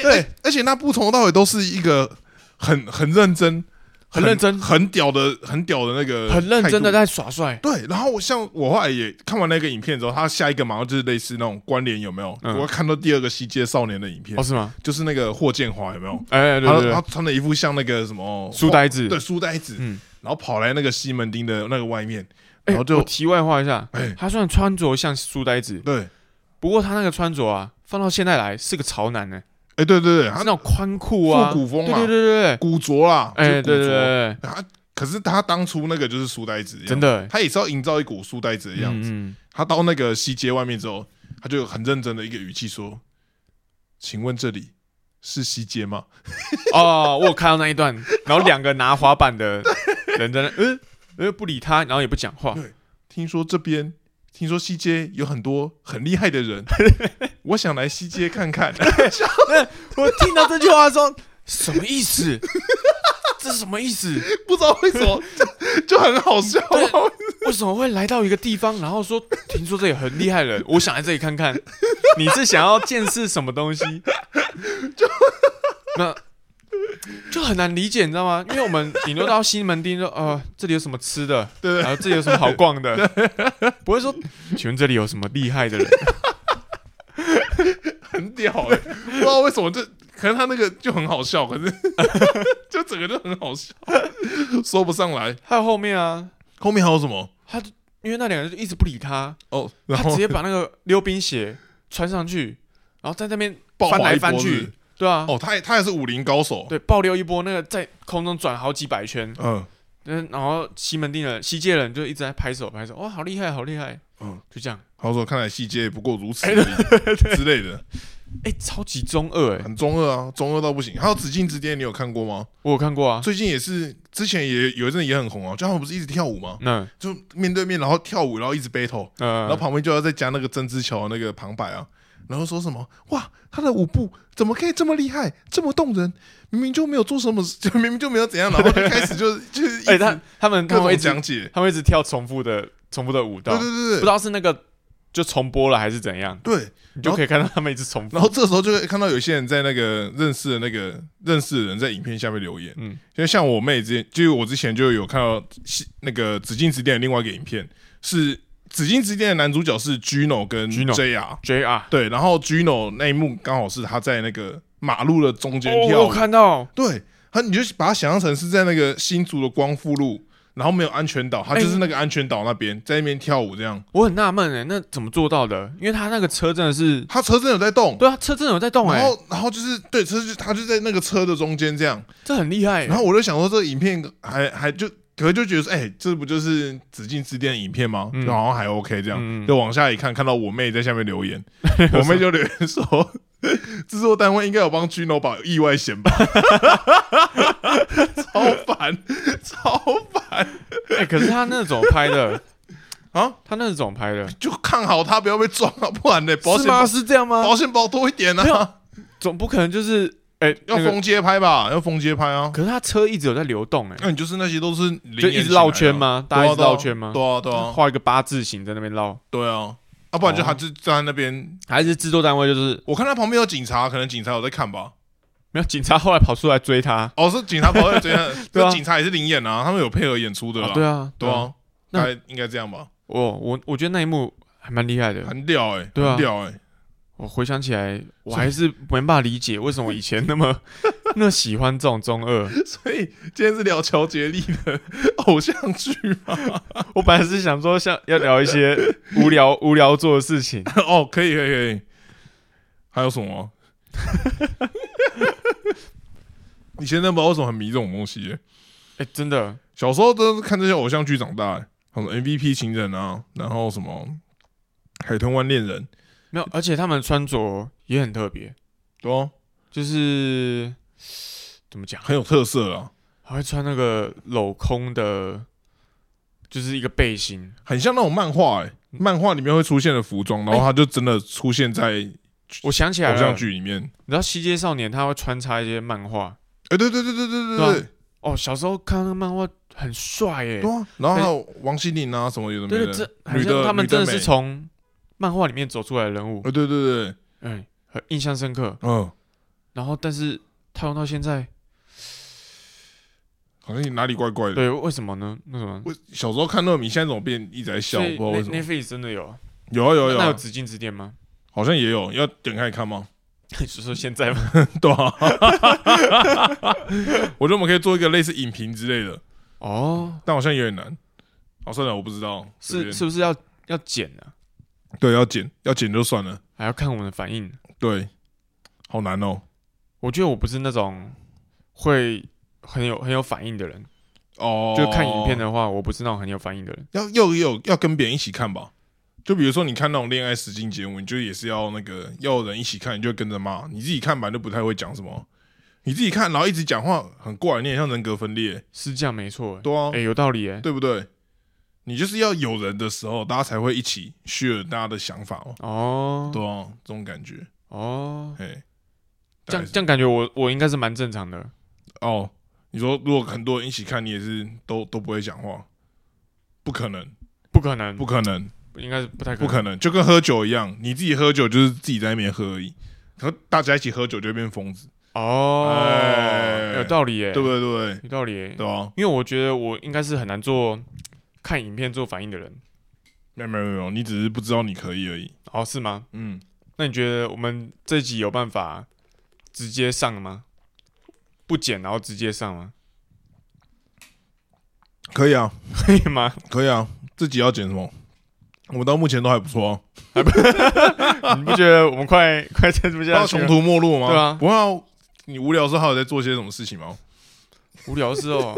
Speaker 1: 对，而且那不从头到尾都是一个很很认真、
Speaker 2: 很认真
Speaker 1: 很屌的、很屌的那个，
Speaker 2: 很认真的。在耍帅，
Speaker 1: 对，然后我像我后来也看完那个影片之后，他下一个马上就是类似那种关联有没有？
Speaker 2: 嗯
Speaker 1: 我看到第二个西街少年的影片
Speaker 2: 哦，，是吗？
Speaker 1: 就是那个霍建华有没有？
Speaker 2: 哎，对
Speaker 1: 他
Speaker 2: 对
Speaker 1: 他
Speaker 2: 对，
Speaker 1: 穿了一副像那个什么
Speaker 2: 书呆子
Speaker 1: 对，书呆子，
Speaker 2: 嗯
Speaker 1: 然后跑来那个西门町的那个外面，
Speaker 2: 哎
Speaker 1: 然后就
Speaker 2: 我题外话一下
Speaker 1: 哎，
Speaker 2: 他虽然穿着像书呆子，
Speaker 1: 对，
Speaker 2: 不过他那个穿着啊，放到现在来是个潮男呢，
Speaker 1: 哎，对对对，
Speaker 2: 是
Speaker 1: 他
Speaker 2: 那种宽裤啊，
Speaker 1: 复古风
Speaker 2: 对
Speaker 1: 嘛
Speaker 2: 对对对对，
Speaker 1: 古啊着啦，
Speaker 2: 哎，
Speaker 1: 就
Speaker 2: 对
Speaker 1: 古
Speaker 2: 对对
Speaker 1: 着
Speaker 2: 对，
Speaker 1: 他可是他当初那个就是书呆子，
Speaker 2: 对真，的，
Speaker 1: 他也是要营造一股书呆子的样子。
Speaker 2: 嗯，嗯
Speaker 1: 他到那个西街外面之后，他就很认真的一个语气说：“请问这里是西街吗
Speaker 2: 哦，我有看到那一段，然后两个拿滑板的人在那，呃呃不理他，然后也不讲话
Speaker 1: 对，？”听说这边，听说西街有很多很厉害的 人，我想来西街看看。
Speaker 2: 我听到这句话的时候，什么意思？这是什么意思？
Speaker 1: 不知道为什么就就很好笑。
Speaker 2: 对为什么会来到一个地方，然后说听说这里很厉害的人，我想来这里看看，你是想要见识什么东西？就 那就很难理解，你知道吗？因为我们顶多到西门町说，呃，这里有什么吃的，
Speaker 1: 对对
Speaker 2: 然后这里有什么好逛的，不会说，请问这里有什么厉害的人？
Speaker 1: 很屌哎、不知道为什么这，可能他那个就很好笑，可是 就整个就很好笑，说不上来。
Speaker 2: 还有后面啊，
Speaker 1: 后面还有什么？
Speaker 2: 他就因为那两个人就一直不理他，
Speaker 1: 哦，然
Speaker 2: 他直
Speaker 1: 后
Speaker 2: 接把那个溜冰鞋穿上去，然后在那边
Speaker 1: 暴
Speaker 2: 翻
Speaker 1: 滑
Speaker 2: 来
Speaker 1: 一波
Speaker 2: 翻
Speaker 1: 是不
Speaker 2: 去
Speaker 1: 是，
Speaker 2: 对啊，
Speaker 1: 哦，他也他也是武林高手，
Speaker 2: 对，爆溜一波，那个在空中转好几百圈，
Speaker 1: 嗯
Speaker 2: 嗯，然后西门町人、西界人就一直在拍手拍手，哇，好厉害，好厉害，
Speaker 1: 嗯，
Speaker 2: 就这样，
Speaker 1: 他说看来西街也不过如此而已之类的，
Speaker 2: 哎、超级中二哎、
Speaker 1: 很中二啊，中二到不行。还有《紫禁之巅》，你有看过吗？
Speaker 2: 我有看过啊，
Speaker 1: 最近也是，之前也有一阵也很红啊，就他们不是一直跳舞吗？
Speaker 2: 那
Speaker 1: 就面对面，然后跳舞，然后一直 battle，然后
Speaker 2: 呃，
Speaker 1: 旁边就要再加那个曾之乔的那个旁白啊，然后说什么哇，他的舞步怎么可以这么厉害，这么动人？明明就没有做什么， 就明明就没有怎样，然后就开始就 就是一
Speaker 2: 哎、
Speaker 1: 直
Speaker 2: 他他们他
Speaker 1: 各
Speaker 2: 们会一
Speaker 1: 种
Speaker 2: 直
Speaker 1: 讲解，
Speaker 2: 他们会一直跳重复的重复的舞蹈，
Speaker 1: 对对
Speaker 2: 不知
Speaker 1: 对
Speaker 2: 道是那个就重播了还是怎样，
Speaker 1: 对对。
Speaker 2: 你就可以看到他们一直重复
Speaker 1: 然，后这时候就会看到有些人在那个认识的那个认识的人在影片下面留言，
Speaker 2: 嗯，
Speaker 1: 就像我妹之前，就是我之前就有看到西那个《紫禁之巅》的另外一个影片，是《紫禁之巅》的男主角是 Gino 跟
Speaker 2: Gino
Speaker 1: JR，
Speaker 2: JR，
Speaker 1: 对，然后 Gino 那一幕刚好是他在那个马路的中间
Speaker 2: 哦，我
Speaker 1: 跳舞，
Speaker 2: 有看到，
Speaker 1: 对，他你就把他想象成是在那个新竹的光复路，然后没有安全岛，他
Speaker 2: 哎
Speaker 1: 就是那个安全岛那边、在那边跳舞这样，
Speaker 2: 我很纳闷哎，那怎么做到的？因为他那个车真的是，
Speaker 1: 他车真的有在动，
Speaker 2: 对啊，车真的有在动哎、
Speaker 1: 然后然后就是对车就他就在那个车的中间这样，
Speaker 2: 这很厉害、欸。
Speaker 1: 然后我就想说这个影片还还就。可是就觉得说，哎、这不就是《紫禁之巅》的影片吗？
Speaker 2: 嗯
Speaker 1: 就好像还 OK 这样。
Speaker 2: 嗯嗯
Speaker 1: 就往下一看，看到我妹在下面留 言，我妹就留言说， 制作单位应该有帮 Gino 保意外险吧？ 超烦，超烦
Speaker 2: 哎、可是他那种拍的，
Speaker 1: 啊！
Speaker 2: 他那种拍的，
Speaker 1: 就看好他不要被撞啊，不然呢，保险包
Speaker 2: 是这样吗
Speaker 1: 保险包多一点
Speaker 2: 没
Speaker 1: 啊，
Speaker 2: 总不可能就是哎、
Speaker 1: 要
Speaker 2: 那个
Speaker 1: 封街拍吧，要封街拍啊。
Speaker 2: 可是他车一直有在流动哎、
Speaker 1: 那你就是那些都是零
Speaker 2: 就一
Speaker 1: 元起
Speaker 2: 直
Speaker 1: 来
Speaker 2: 绕
Speaker 1: 的
Speaker 2: 圈吗？大家一直
Speaker 1: 对啊
Speaker 2: 绕圈吗？
Speaker 1: 对啊，对啊，
Speaker 2: 画一个八字形在那边绕，
Speaker 1: 对啊，啊，不然就
Speaker 2: 哦
Speaker 1: 他就站在那边。
Speaker 2: 还是制作单位就是
Speaker 1: 我看他旁边有警察，可能警察有在看吧。
Speaker 2: 没有警察后来跑出来追他？
Speaker 1: 哦，是警察跑在追他，
Speaker 2: 对啊
Speaker 1: 那警察也是灵演啊，他们有配合演出的啦
Speaker 2: 啊。对啊，
Speaker 1: 对，啊，
Speaker 2: 那
Speaker 1: 大概应该这样吧。
Speaker 2: 我我我觉得那一幕还蛮厉害的。
Speaker 1: 很屌哎，
Speaker 2: 对啊
Speaker 1: 很屌哎，
Speaker 2: 我回想起来，我还是没办法理解为什么以前那么 那么喜欢这种中二。
Speaker 1: 所以今天是聊乔杰利的偶像剧吗？
Speaker 2: 我本来是想说像要聊一些无聊无聊做的事情，
Speaker 1: 哦，可以可以可以。还有什么？ 你现在不知道为什么很迷这种东西、耶
Speaker 2: 哎，真的，
Speaker 1: 小时候都是看这些偶像剧长大、耶什么 MVP 情人啊，然后什么海豚湾恋人，
Speaker 2: 没有，而且他们穿着也很特别，
Speaker 1: 对、啊，
Speaker 2: 就是怎么讲？
Speaker 1: 很有特色啊。
Speaker 2: 还会穿那个镂空的，就是一个背心，
Speaker 1: 很像那种漫画哎、漫画里面会出现的服装，然后它就真的出现在
Speaker 2: 我想起来
Speaker 1: 偶
Speaker 2: 了，
Speaker 1: 像
Speaker 2: 你
Speaker 1: 剧里面。
Speaker 2: 知道《西街少年》他会穿插一些漫画
Speaker 1: 哎、对对对对对
Speaker 2: 对啊
Speaker 1: 对对
Speaker 2: 哦，小时候看那个漫画很帅耶、
Speaker 1: 对啊！然后还有王心凌啊什么有的没
Speaker 2: 对
Speaker 1: 的，
Speaker 2: 这好
Speaker 1: 女
Speaker 2: 像
Speaker 1: 的
Speaker 2: 他们
Speaker 1: 女的
Speaker 2: 真的
Speaker 1: 美
Speaker 2: 是从漫画里面走出来的人物，
Speaker 1: 呃对对对对，
Speaker 2: 嗯，很印象深刻。
Speaker 1: 嗯，
Speaker 2: 然后，但是套用到现在，
Speaker 1: 好像你哪里怪怪的。
Speaker 2: 对，为什么呢？为什么？
Speaker 1: 我小时候看糯米，现在怎么变一直在笑？
Speaker 2: 所
Speaker 1: 我
Speaker 2: 以
Speaker 1: 不知道为什么。
Speaker 2: Netflix 真的有，
Speaker 1: 有啊有啊有
Speaker 2: 那有
Speaker 1: 啊，
Speaker 2: 指禁指点吗？
Speaker 1: 好像也有，要点开看吗？
Speaker 2: 你是说现在吗？
Speaker 1: 对啊， 我觉得我们可以做一个类似影评之类的，
Speaker 2: 哦，
Speaker 1: 但好像有点难。哦，算了，我不知道，随
Speaker 2: 是
Speaker 1: 便
Speaker 2: 是不是要要剪啊？
Speaker 1: 对，要剪要剪就算了，
Speaker 2: 还要看我们的反应。
Speaker 1: 对，好难哦。
Speaker 2: 我觉得我不是那种会很有很有反应的人，
Speaker 1: 哦，
Speaker 2: 就看影片的话，我不是那种很有反应的人。
Speaker 1: 要要有要跟别人一起看吧。就比如说你看那种恋爱实境节目，你就也是要那个要有人一起看，你就跟着骂。你自己看本来就不太会讲什么，你自己看然后一直讲话很怪，你很像人格分裂，
Speaker 2: 是这样没错、欸，
Speaker 1: 对啊，
Speaker 2: 哎、有道理哎、
Speaker 1: 对不对？你就是要有人的时候，大家才会一起 share 大家的想法哦，
Speaker 2: 哦，
Speaker 1: 对啊，这种感觉，
Speaker 2: 哦，
Speaker 1: 哎，
Speaker 2: 这
Speaker 1: 大概
Speaker 2: 样
Speaker 1: 是
Speaker 2: 这样感觉我我应该是蛮正常的，
Speaker 1: 哦，你说如果很多人一起看，你也是都都不会讲话，不可能，
Speaker 2: 不可能，
Speaker 1: 不可能，
Speaker 2: 应该是不太可
Speaker 1: 不
Speaker 2: 能。
Speaker 1: 可能，就跟喝酒一样，你自己喝酒就是自己在那边喝而已，可大家一起喝酒就会变疯子，
Speaker 2: 哦，
Speaker 1: 哎
Speaker 2: 有道理耶、
Speaker 1: 对不对？对不对？
Speaker 2: 有道理耶、
Speaker 1: 对啊，
Speaker 2: 因为我觉得我应该是很难做看影片做反应的人。
Speaker 1: 没有没有没有，你只是不知道你可以而已。
Speaker 2: 哦，是吗？
Speaker 1: 嗯，
Speaker 2: 那你觉得我们这集有办法直接上吗？不剪然后直接上吗？
Speaker 1: 可以啊，
Speaker 2: 可以吗？
Speaker 1: 可以啊，自己要剪什么？我们到目前都还不错、啊，
Speaker 2: 你不觉得我们快 快撑不
Speaker 1: 不
Speaker 2: 下
Speaker 1: 要
Speaker 2: 去
Speaker 1: 穷
Speaker 2: 啊了？
Speaker 1: 途末路吗？
Speaker 2: 对啊
Speaker 1: 不会啊，你无聊的时候还有在做些什么事情吗？
Speaker 2: 无聊 是哦，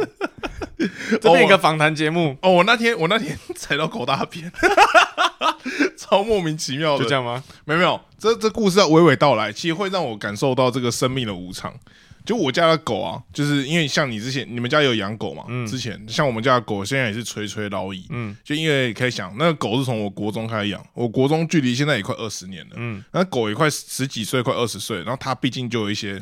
Speaker 2: 这边一个访谈节目，
Speaker 1: 哦，我那天我那天踩到狗大便， 超莫名其妙的。
Speaker 2: 就这样吗？
Speaker 1: 没有没有，这这故事要娓娓道来，其实会让我感受到这个生命的无常。就我家的狗啊，就是因为像你之前，你们家有养狗嘛？
Speaker 2: 嗯
Speaker 1: 之前像我们家的狗，现在也是垂垂老矣。
Speaker 2: 嗯
Speaker 1: 就因为可以想，那个狗是从我国中开始养，我国中距离现在也快二十年了，
Speaker 2: 嗯，
Speaker 1: 那狗也快十几岁，快二十岁，然后它毕竟就有一些，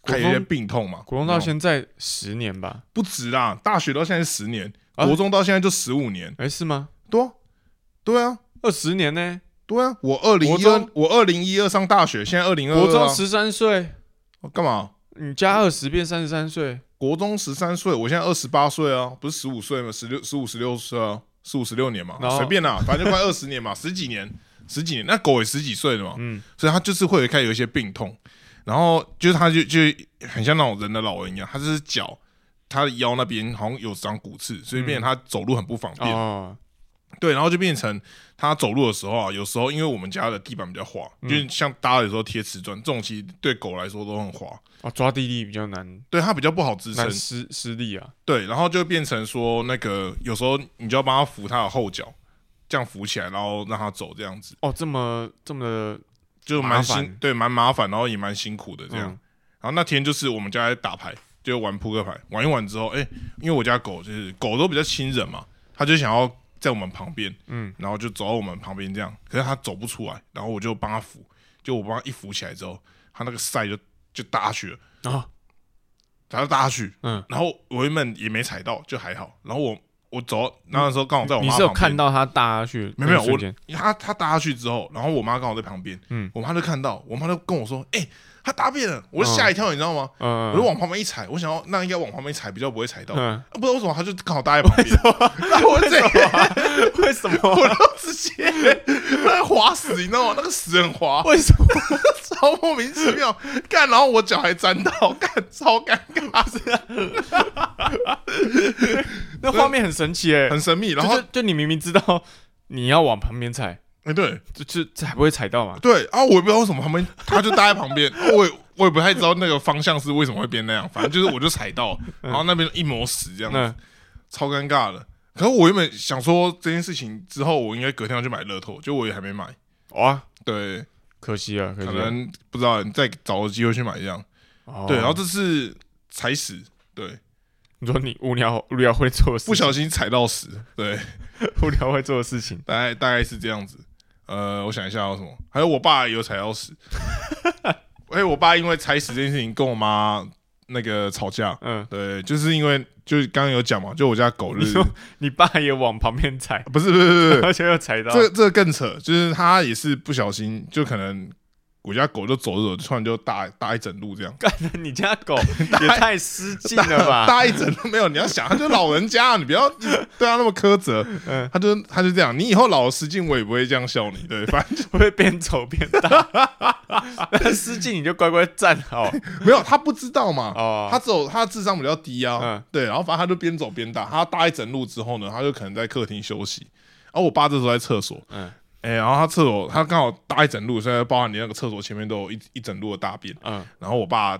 Speaker 2: 国
Speaker 1: 它
Speaker 2: 中
Speaker 1: 有一些病痛嘛。
Speaker 2: 嗯国中
Speaker 1: 然
Speaker 2: 到
Speaker 1: 后
Speaker 2: 现在十年吧？
Speaker 1: 不止啦，大学到现在十年，
Speaker 2: 啊
Speaker 1: 国中到现在就十五年，
Speaker 2: 哎、是吗？
Speaker 1: 对啊，对啊，
Speaker 2: 二十年呢？
Speaker 1: 对啊，我二零
Speaker 2: 国
Speaker 1: 一二
Speaker 2: 中，
Speaker 1: 我二零一二上大学，现在二零二
Speaker 2: 国中
Speaker 1: 二，
Speaker 2: 十三岁，
Speaker 1: 我干嘛？
Speaker 2: 你加二十变三十三岁，
Speaker 1: 国中十三岁，我现在二十八岁啊，不是十五岁吗？十六、十五、十六岁啊，十五、十六年嘛
Speaker 2: 然，后
Speaker 1: 随便啦、反正就快二十年嘛， 十几年，十几年，那狗也十几岁了嘛，
Speaker 2: 嗯，
Speaker 1: 所以它就是会有开始有一些病痛，然后就是它就就很像那种人的老人一样，它就是脚，它的腰那边好像有长骨刺，所以变成它走路很不方便。
Speaker 2: 嗯哦，
Speaker 1: 对，然后就变成他走路的时候啊，有时候因为我们家的地板比较滑，
Speaker 2: 嗯
Speaker 1: 就是像搭的时候贴瓷砖，这种其实对狗来说都很滑，
Speaker 2: 哦，抓地力比较难，
Speaker 1: 对它比较不好支撑
Speaker 2: 难。施施力啊，
Speaker 1: 对，然后就变成说那个有时候你就要帮它扶它的后脚，这样扶起来，然后让它走，这样子
Speaker 2: 哦，这么这么的，
Speaker 1: 就
Speaker 2: 麻
Speaker 1: 蛮
Speaker 2: 烦
Speaker 1: 辛，对，蛮麻烦，然后也蛮辛苦的这样。
Speaker 2: 嗯
Speaker 1: 然后那天就是我们家在打牌，就玩扑克牌，玩一玩之后，哎、因为我家狗就是狗都比较亲人嘛，它就想要在我们旁边，
Speaker 2: 嗯，
Speaker 1: 然后就走到我们旁边这样，可是它走不出来，然后我就帮它扶，就我帮它一扶起来之后，它那个塞就就搭下去了，
Speaker 2: 哦，
Speaker 1: 它就搭下去，
Speaker 2: 嗯，
Speaker 1: 然后我原本也没踩到，就还好，然后我我走到那时候刚好在我
Speaker 2: 你
Speaker 1: 妈
Speaker 2: 是有
Speaker 1: 旁边
Speaker 2: 看到他搭下去
Speaker 1: 没有
Speaker 2: 那一
Speaker 1: 没有
Speaker 2: 瞬
Speaker 1: 我
Speaker 2: 间，
Speaker 1: 他他搭下去之后，然后我妈刚好在旁边，
Speaker 2: 嗯
Speaker 1: 我妈就看到，我妈就跟我说：“哎、他大便了！”我就吓一跳，你知道吗？
Speaker 2: 嗯，
Speaker 1: 我就往旁边一踩，我想要那应该往旁边踩，比较不会踩到。啊不
Speaker 2: 嗯，
Speaker 1: 知道为什么他就刚好搭在旁边，然后我直接
Speaker 2: 为什么？
Speaker 1: 我都直接那个滑死，你知道吗？那个屎很滑，
Speaker 2: 为什么？
Speaker 1: 超莫名其妙。干，然后我脚还沾到，干超尴尬，
Speaker 2: 那画面很神奇哎、
Speaker 1: 很神秘。然
Speaker 2: 就
Speaker 1: 后
Speaker 2: 就就你明明知道你要往旁边踩，
Speaker 1: 哎，对
Speaker 2: 就就这还不会踩到嘛？
Speaker 1: 对啊，我也不知道为什么旁边他就搭在旁边， 我也我也不太知道那个方向是为什么会变那样，反正就是我就踩到，然后那边一抹屎这样子。
Speaker 2: 那
Speaker 1: 超尴尬的。可是我原本想说这件事情之后，我应该隔天要去买乐透，就我也还没买。
Speaker 2: 哇，
Speaker 1: 对，
Speaker 2: 可惜了，可惜
Speaker 1: 可
Speaker 2: 了。
Speaker 1: 能不知道，你再找个机会去买这样。
Speaker 2: 哦
Speaker 1: 对，然后这次踩屎，对，
Speaker 2: 你说你无聊无聊会做的事情，
Speaker 1: 不小心踩到屎， 对，
Speaker 2: 无聊会做的事情，
Speaker 1: 大概大概是这样子。呃，我想一下还有什么，还有我爸有踩到 屎，哎、我爸因为踩屎这件事情跟我妈那个吵架，
Speaker 2: 嗯，
Speaker 1: 对，就是因为就是刚刚有讲嘛，就我家狗日
Speaker 2: 你说你爸也往旁边踩，
Speaker 1: 不是不是不 是，
Speaker 2: 而且又踩到，
Speaker 1: 这这更扯，就是他也是不小心，就可能我家狗就走着走，着，突然就大大一整路这样，
Speaker 2: 你家 狗也太失敬了吧？
Speaker 1: 大一整路没有。你要想，他就老人家，啊你不 要对他那么苛责。
Speaker 2: 嗯，
Speaker 1: 他就他就这样，你以后老了失敬，我也不会这样笑你。对，反正
Speaker 2: 会边走边 大，那失敬你就乖乖站好
Speaker 1: 没有他不知道嘛，
Speaker 2: 哦。
Speaker 1: 他走他智商比较低啊。
Speaker 2: 嗯
Speaker 1: 对，然后反正他就边走边大，他大一整路之后呢，他就可能在客厅休息，然后我爸这时候在厕所，
Speaker 2: 嗯
Speaker 1: 哎、然后他厕所他刚好大一整路，所以包含你那个厕所前面都有一一整路的大便。
Speaker 2: 嗯
Speaker 1: 然后我爸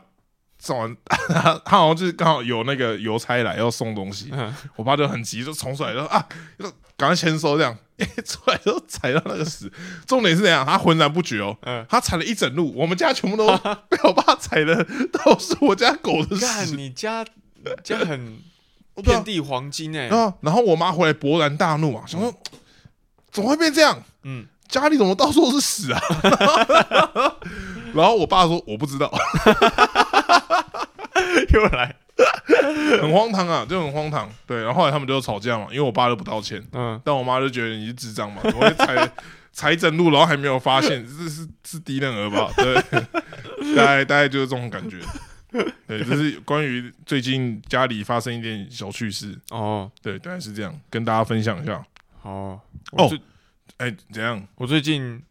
Speaker 1: 送完， 他他好像就是刚好有那个邮差来要送东西，
Speaker 2: 嗯，
Speaker 1: 我爸就很急，就冲出来就说啊，就赶快签收这样。 出来都踩到那个屎，重点是怎样？他浑然不觉哦，
Speaker 2: 嗯
Speaker 1: 他踩了一整路，我们家全部 都被我爸踩的，都 是我家狗的
Speaker 2: 干
Speaker 1: 屎。
Speaker 2: 你家你家 很
Speaker 1: 对啊
Speaker 2: 遍地黄金哎、
Speaker 1: 然后，然后我妈回来勃然大怒啊嘛，想说怎么会变这样？
Speaker 2: 嗯，
Speaker 1: 家里怎么到处都是屎啊？然后我爸说我不 知道，
Speaker 2: 又来，
Speaker 1: 很荒唐啊，就很荒唐。对，然后后来他们就吵架嘛，因为我爸就不道歉，
Speaker 2: 嗯，
Speaker 1: 但我妈就觉得你是智障嘛，我会踩 踩整路，然后还没有发现，这是是低能儿吧？对， 大概大概就是这种感觉。对，这是关于最近家里发生一点小趣事，
Speaker 2: 哦
Speaker 1: 对，大概是这样，跟大家分享一下。
Speaker 2: 哦，我
Speaker 1: 哦
Speaker 2: 最
Speaker 1: 哎、怎样？
Speaker 2: 我最近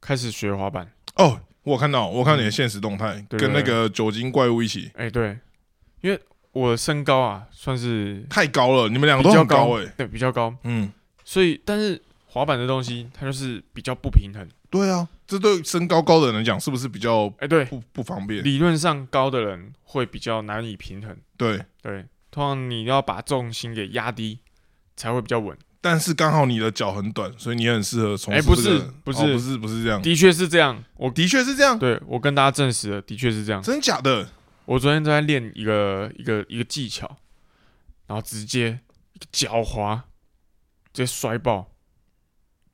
Speaker 2: 开始学滑板，
Speaker 1: 哦，我有看到，我有看你的现实动态，
Speaker 2: 嗯对
Speaker 1: 跟那
Speaker 2: 对
Speaker 1: 个酒精怪物一起，
Speaker 2: 哎、对，因为我的身高啊算是
Speaker 1: 太高了，你们两个
Speaker 2: 比
Speaker 1: 都
Speaker 2: 较
Speaker 1: 很高哎、
Speaker 2: 对比较高，
Speaker 1: 嗯，
Speaker 2: 所以但是滑板的东西它就是比较不平衡，
Speaker 1: 对啊，这对身高高的人来讲，是不是比较
Speaker 2: 哎、对，
Speaker 1: 不不方便？
Speaker 2: 理论上高的人会比较难以平衡，
Speaker 1: 对，
Speaker 2: 对，通常你要把重心给压低才会比较稳。
Speaker 1: 但是刚好你的脚很短，所以你很适合从
Speaker 2: 哎
Speaker 1: 事、
Speaker 2: 不
Speaker 1: 这
Speaker 2: 是
Speaker 1: 个
Speaker 2: 不是
Speaker 1: 哦不是不是这样，
Speaker 2: 的确是这样，我
Speaker 1: 的确是这样，
Speaker 2: 对我跟大家证实了，的确是这样。
Speaker 1: 真假的？
Speaker 2: 我昨天在练一个一个一个技巧，然后直接一个脚滑，直接摔爆。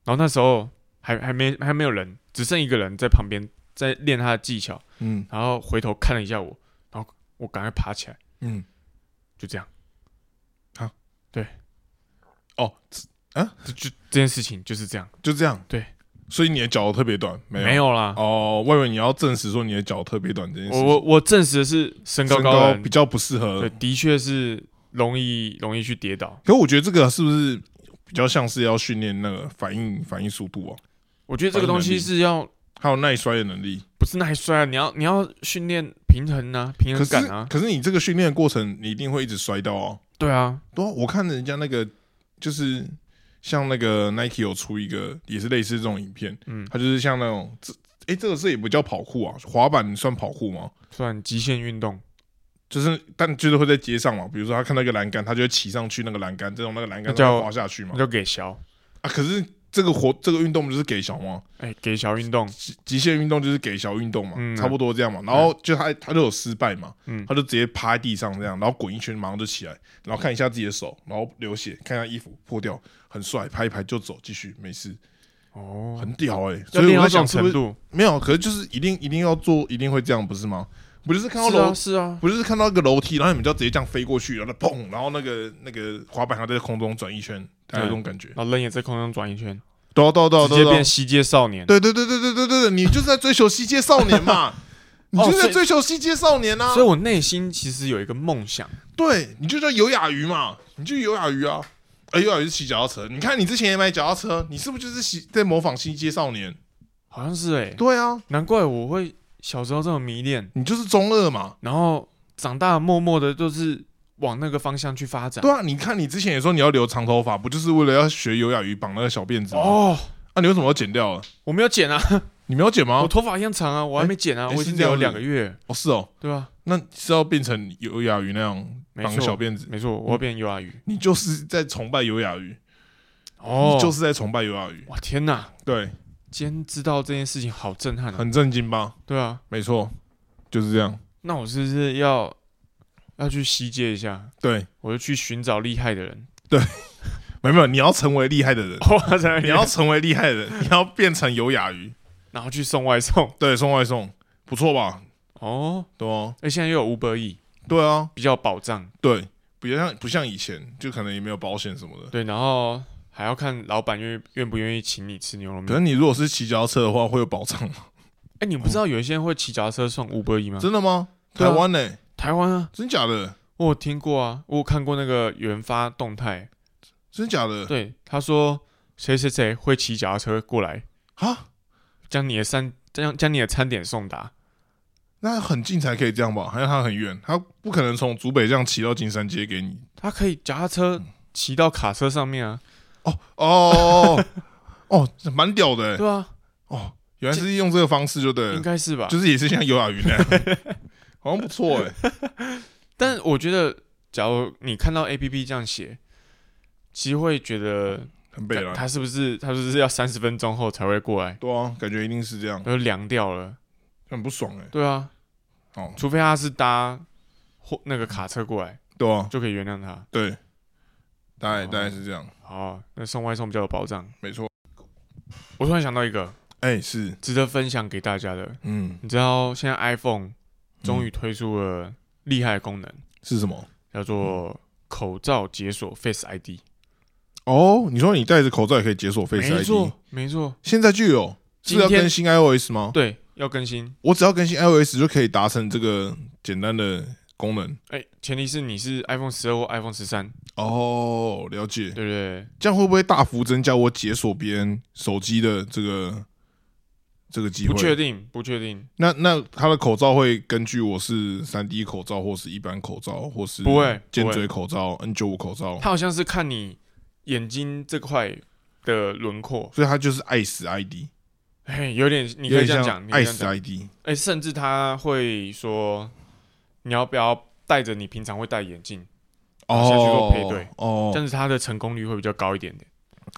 Speaker 2: 然后那时候还还没还没有人，只剩一个人在旁边在练他的技巧，
Speaker 1: 嗯
Speaker 2: 然后回头看了一下我，然后我赶快爬起来，
Speaker 1: 嗯，
Speaker 2: 就这样。
Speaker 1: 好，
Speaker 2: 对，
Speaker 1: 啊哦，
Speaker 2: 这就这件事情就是这样，
Speaker 1: 就这样。
Speaker 2: 对，
Speaker 1: 所以你的脚特别短，没
Speaker 2: 没
Speaker 1: 有
Speaker 2: 有啦。
Speaker 1: 哦，我以为你要证实说你的脚特别短这件事
Speaker 2: 我
Speaker 1: 情，
Speaker 2: 我我证实的是身高
Speaker 1: 身
Speaker 2: 的
Speaker 1: 高
Speaker 2: 人
Speaker 1: 比较不适合
Speaker 2: 对，。的确是容易容易去跌倒。
Speaker 1: 可我觉得这个是不是比较像是要训练那个反应反应速度啊，
Speaker 2: 我觉得这个东西是要
Speaker 1: 还有耐摔的能力？
Speaker 2: 不是耐摔啊，你要你要训练平衡啊，平
Speaker 1: 可
Speaker 2: 衡
Speaker 1: 是
Speaker 2: 感啊，
Speaker 1: 可是你这个训练的过程，你一定会一直摔到啊。
Speaker 2: 对啊，
Speaker 1: 对啊，我看人家那个就是像那个 Nike 有出一个也是类似这种影片，
Speaker 2: 嗯，
Speaker 1: 它就是像那种这哎、这个是也不叫跑酷啊，滑板算跑酷吗？
Speaker 2: 算极限运动，
Speaker 1: 就是但就是会在街上嘛，比如说他看到一个栏杆，他就会骑上去那个栏杆，再从那个栏杆
Speaker 2: 那叫
Speaker 1: 上滑下去嘛
Speaker 2: 那。就给小，
Speaker 1: 啊，可是这个活这个运动不就是给小吗？
Speaker 2: 哎、给小运动，
Speaker 1: 极极限运动就是给小运动嘛，
Speaker 2: 嗯
Speaker 1: 差不多这样嘛。然后就他他就有失败嘛，
Speaker 2: 嗯
Speaker 1: 他就直接趴在地上这样，然后滚一圈，马上就起来，然后看一下自己的手，然后流血，看一下衣服破掉，很帅，拍一拍就走，继续没事，
Speaker 2: 哦，
Speaker 1: 很屌哎、欸。
Speaker 2: 要
Speaker 1: 所以
Speaker 2: 练
Speaker 1: 我
Speaker 2: 到
Speaker 1: 在
Speaker 2: 这
Speaker 1: 想
Speaker 2: 种
Speaker 1: 是不
Speaker 2: 程
Speaker 1: 是
Speaker 2: 度，
Speaker 1: 没有？可是就是一定一定要做，一定会这样不是吗？不就是看到
Speaker 2: 是
Speaker 1: 楼
Speaker 2: 啊是啊，
Speaker 1: 不是看到一个楼梯，然后你们就直接这样飞过去，然后砰，然后那个那个滑板还在空中转一圈，大概有这种感觉。
Speaker 2: 然后人也在空中转一圈，
Speaker 1: 对啊对啊对啊
Speaker 2: 直接
Speaker 1: 对啊
Speaker 2: 变西街少年，
Speaker 1: 对对对对对对对对，你就是在追求西街少年 嘛，你就是在追求西街少年啊
Speaker 2: 哦所。以我内心其实有一个梦想，
Speaker 1: 对，你就叫游雅鱼嘛，你就游雅鱼啊。哎，游雅鱼是骑脚踏车，你看你之前也买脚踏车，你是不是就是西在模仿西街少年？
Speaker 2: 好像是哎、
Speaker 1: 对啊，
Speaker 2: 难怪我会小时候这么迷恋，
Speaker 1: 你就是中二嘛。
Speaker 2: 然后长大默默的就是往那个方向去发展，
Speaker 1: 对啊，你看你之前也说你要留长头发，不就是为了要学游雅鱼绑那个小辫子吗？
Speaker 2: 哦，
Speaker 1: 啊，你为什么要剪掉了？
Speaker 2: 我没有剪啊，
Speaker 1: 你没有剪吗
Speaker 2: 我？头发一样长啊，我还没剪啊，
Speaker 1: 哎
Speaker 2: 我已
Speaker 1: 是
Speaker 2: 经
Speaker 1: 这样
Speaker 2: 留
Speaker 1: 子
Speaker 2: 两个月，
Speaker 1: 哦，是哦。
Speaker 2: 对吧、
Speaker 1: 那是要变成尤雅鱼那样
Speaker 2: 没
Speaker 1: 绑
Speaker 2: 错
Speaker 1: 小辫子？
Speaker 2: 没错，我要变优雅鱼。
Speaker 1: 你就是在崇拜尤雅鱼，
Speaker 2: 哦
Speaker 1: 你就是在崇拜尤雅鱼，
Speaker 2: 哇天哪！
Speaker 1: 对，
Speaker 2: 今天知道这件事情好震撼啊！
Speaker 1: 很震惊吧？
Speaker 2: 对啊，
Speaker 1: 没错，就是这样。
Speaker 2: 那我是不是要要去西街一下，
Speaker 1: 对，
Speaker 2: 我就去寻找厉害的人。
Speaker 1: 没有没有，你要成为厉害的人，
Speaker 2: 我在那
Speaker 1: 你
Speaker 2: 里
Speaker 1: 要成为厉害的人， 你要变成优雅鱼，
Speaker 2: 然后去送外送
Speaker 1: 对，送外送不错吧？
Speaker 2: 哦，
Speaker 1: 对哦，
Speaker 2: 哎，现在又有五百亿，
Speaker 1: 对啊，
Speaker 2: 比较有保障。
Speaker 1: 对，不像不像以前，就可能也没有保险什么的。
Speaker 2: 对，然后还要看老板愿意愿不愿意请你吃牛肉
Speaker 1: 可
Speaker 2: 面。
Speaker 1: 是你如果是骑脚踏车的话，会有保障吗？
Speaker 2: 哎，你不知道有一些人会骑脚踏车送五百亿吗？
Speaker 1: 真的吗？
Speaker 2: 对
Speaker 1: 台
Speaker 2: 啊
Speaker 1: 湾呢、
Speaker 2: 台湾啊，
Speaker 1: 真假的？
Speaker 2: 我有听过啊，我有看过那个有人发动态，
Speaker 1: 真假的？
Speaker 2: 对，他说谁谁谁会骑脚踏车过来，
Speaker 1: 哈，
Speaker 2: 将你的餐将将你的餐点送达。
Speaker 1: 那很近才可以这样吧？还是他很远，他不可能从竹北这样骑到金山街给你。
Speaker 2: 他可以脚踏车骑到卡车上面啊，
Speaker 1: 哦哦 哦，这蛮屌的、欸、
Speaker 2: 对啊，
Speaker 1: 哦，原来是用这个方式就对
Speaker 2: 应
Speaker 1: 了，
Speaker 2: 该是吧？
Speaker 1: 就是也是像尤雅云 那样，好像不错哎、
Speaker 2: 但我觉得，假如你看到 A P P 这样写，其实会觉得
Speaker 1: 很北了。
Speaker 2: 他是不是他是不是要三十分钟后才会过来，
Speaker 1: 对啊，感觉一定是这样，
Speaker 2: 都凉掉了。
Speaker 1: 很不爽哎、
Speaker 2: 对啊，
Speaker 1: 哦，
Speaker 2: 除非他是搭或那个卡车过来，
Speaker 1: 对啊，
Speaker 2: 就可以原谅他。
Speaker 1: 对，大概
Speaker 2: 哦
Speaker 1: 大概是这样，
Speaker 2: 好，那送外送比较有保障。
Speaker 1: 没错。
Speaker 2: 我突然想到一个
Speaker 1: 哎、是，
Speaker 2: 值得分享给大家的，
Speaker 1: 嗯，
Speaker 2: 你知道现在 iPhone 终于
Speaker 1: 嗯
Speaker 2: 推出了厉害的功能，
Speaker 1: 是什么？
Speaker 2: 叫
Speaker 1: 嗯
Speaker 2: 做口罩解锁 Face ID。
Speaker 1: 哦，你说你戴着口罩也可以解锁 Face
Speaker 2: 没
Speaker 1: ID，
Speaker 2: 错，没错，
Speaker 1: 现在就有，是要
Speaker 2: 今天
Speaker 1: 更新 iOS 吗？
Speaker 2: 对，要更新。
Speaker 1: 我只要更新 iOS 就可以达成这个简单的功能。
Speaker 2: 哎、前提是你是 iPhone 十二或 iPhone 十三，
Speaker 1: 哦，了解。
Speaker 2: 对不对？
Speaker 1: 这样会不会大幅增加我解锁别人手机的这个这个机
Speaker 2: 不确
Speaker 1: 会？
Speaker 2: 定，不确定，
Speaker 1: 那那他的口罩会根据我是三 D 口罩，或是一般口罩，或是
Speaker 2: 不会
Speaker 1: 尖
Speaker 2: 不会
Speaker 1: 嘴口罩、N 九五口罩，
Speaker 2: 它好像是看你眼睛这块的轮廓，
Speaker 1: 所以它就是爱死 ID，
Speaker 2: 哎，有点，你
Speaker 1: 有
Speaker 2: 可
Speaker 1: 点
Speaker 2: 以这
Speaker 1: 像
Speaker 2: 样讲，你可
Speaker 1: 爱
Speaker 2: 以这样
Speaker 1: 死
Speaker 2: 讲，
Speaker 1: ID。
Speaker 2: 哎、甚至他会说，你要不要戴着你平常会戴眼镜，下去做配对这
Speaker 1: 哦
Speaker 2: 样子它的成功率会比较高一点点。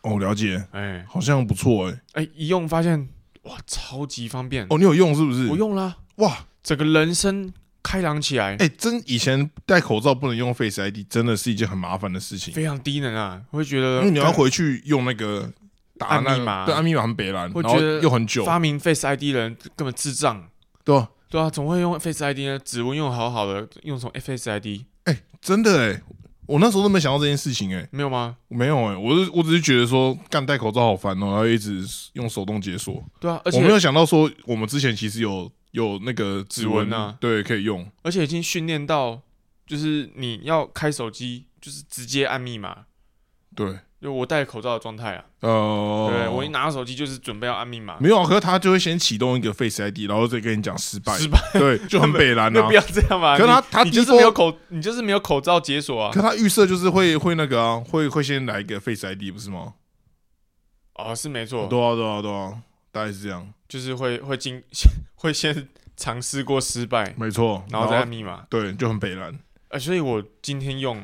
Speaker 1: 哦，了解，
Speaker 2: 哎、
Speaker 1: 好像不错哎、
Speaker 2: 哎、一用发现，哇，超级方便，
Speaker 1: 哦，你有用是不是？
Speaker 2: 我用啦，
Speaker 1: 哇，
Speaker 2: 整个人生开朗起来，
Speaker 1: 哎、真以前戴口罩不能用 Face ID，真的是一件很麻烦的事情，
Speaker 2: 非常低能啊，会觉
Speaker 1: 因
Speaker 2: 得
Speaker 1: 为你要
Speaker 2: 干
Speaker 1: 回去用那个打那个
Speaker 2: 按密码
Speaker 1: 对，按密码很北蓝，
Speaker 2: 会
Speaker 1: 然
Speaker 2: 觉
Speaker 1: 后
Speaker 2: 得
Speaker 1: 又很久，
Speaker 2: 发明 Face ID 的人根本智障。
Speaker 1: 对吧？
Speaker 2: 对啊，怎么会用 Face ID 呢？指纹用好好的，用什么 Face ID
Speaker 1: 哎、真的哎、我那时候都没想到这件事情哎、
Speaker 2: 没有吗？
Speaker 1: 没有哎、我是我只是觉得说干戴口罩好烦哦、然后一直用手动解锁，
Speaker 2: 对啊，而
Speaker 1: 我没有
Speaker 2: 且
Speaker 1: 想到说我们之前其实有有那个指纹
Speaker 2: 指纹啊
Speaker 1: 对，可以用，
Speaker 2: 而且已经训练到，就是你要开手机，就是直接按密码。
Speaker 1: 对，
Speaker 2: 就我戴口罩的状态啊，
Speaker 1: 呃，
Speaker 2: 对我一拿到手机就是准备要按密码，
Speaker 1: 没有啊，可是他就会先启动一个 Face ID，然后再跟你讲失败，
Speaker 2: 失败，
Speaker 1: 对，就很北蓝
Speaker 2: 那
Speaker 1: 啊
Speaker 2: 不。要这样嘛。
Speaker 1: 可是他他
Speaker 2: 你你就是
Speaker 1: 听说
Speaker 2: 没有口，你就是没有口罩解锁啊。
Speaker 1: 可他预设就是会会那个啊，会会先来一个 Face ID 不是吗？
Speaker 2: 哦，是没错，
Speaker 1: 对啊对啊对啊，大概是这样，
Speaker 2: 就是会会经 会先尝试过失败，
Speaker 1: 没错。
Speaker 2: 然后再按密码。
Speaker 1: 对，就很北蓝。
Speaker 2: 呃，所以我今天用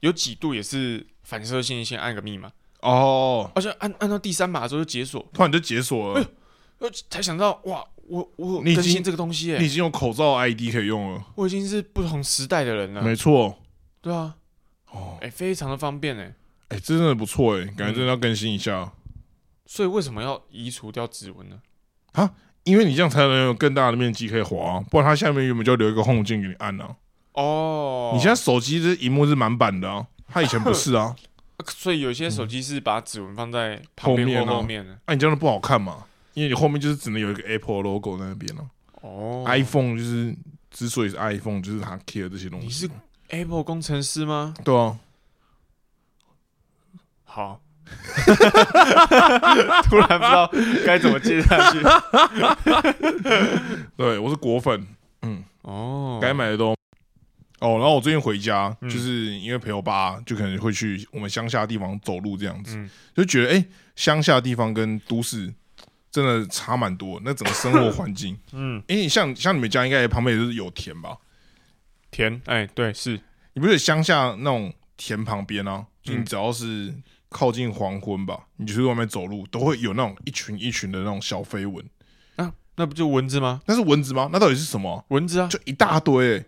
Speaker 2: 有几度也是反射性先按个密码，
Speaker 1: 哦，
Speaker 2: 而且按按到第三码之后就解锁，
Speaker 1: 突然就解锁了，
Speaker 2: 呃，才想到哇，我我有
Speaker 1: 你已
Speaker 2: 更
Speaker 1: 经
Speaker 2: 新这个东西耶、
Speaker 1: 你已经有口罩 ID 可以用了，
Speaker 2: 我已经是不同时代的人了，
Speaker 1: 没错。
Speaker 2: 对啊，
Speaker 1: 哦
Speaker 2: 哎、，非常的方便哎、
Speaker 1: 哎，这真的不错哎，
Speaker 2: 嗯
Speaker 1: 感觉真的要更新一下，
Speaker 2: 所以为什么要移除掉指纹呢？
Speaker 1: 因为你这样才能有更大的面积可以滑啊，不然它下面原本就留一个 home 键给你按啊。
Speaker 2: 哦，
Speaker 1: 你现在手机这荧幕是满版的啊，它以前不是 啊，
Speaker 2: 呃所以有些手机是把指纹放在旁
Speaker 1: 后面
Speaker 2: 边
Speaker 1: 啊
Speaker 2: 或后面的
Speaker 1: 那、你这样就不好看嘛，因为你后面就是只能有一个 Apple logo 在那边了、
Speaker 2: 哦
Speaker 1: iPhone 就是之所以是 iPhone，就是它 care 这些东西。
Speaker 2: 你是 Apple 工程师吗？
Speaker 1: 对啊，
Speaker 2: 好，突然不知道该怎么接下去。
Speaker 1: 对我是果粉，
Speaker 2: 哦，
Speaker 1: 该买的都。哦，然后我最近回家，
Speaker 2: 嗯
Speaker 1: 就是因为陪我爸，就可能会去我们乡下地方走路这样子，
Speaker 2: 嗯
Speaker 1: 就觉得哎，乡、下地方跟都市真的差蛮多，那整个生活环 境。
Speaker 2: 嗯，
Speaker 1: 因为像像你们家应该旁边也就是有田吧？
Speaker 2: 甜，哎、对，是
Speaker 1: 你不是乡下那种田旁边啊，就你只要是靠近黄昏吧，你就去外面走路，都会有那种一群一群的那种小飞蚊。
Speaker 2: 啊，那不就蚊子吗？
Speaker 1: 那是蚊子吗？那到底是什么啊？
Speaker 2: 蚊子啊，
Speaker 1: 就一大堆欸、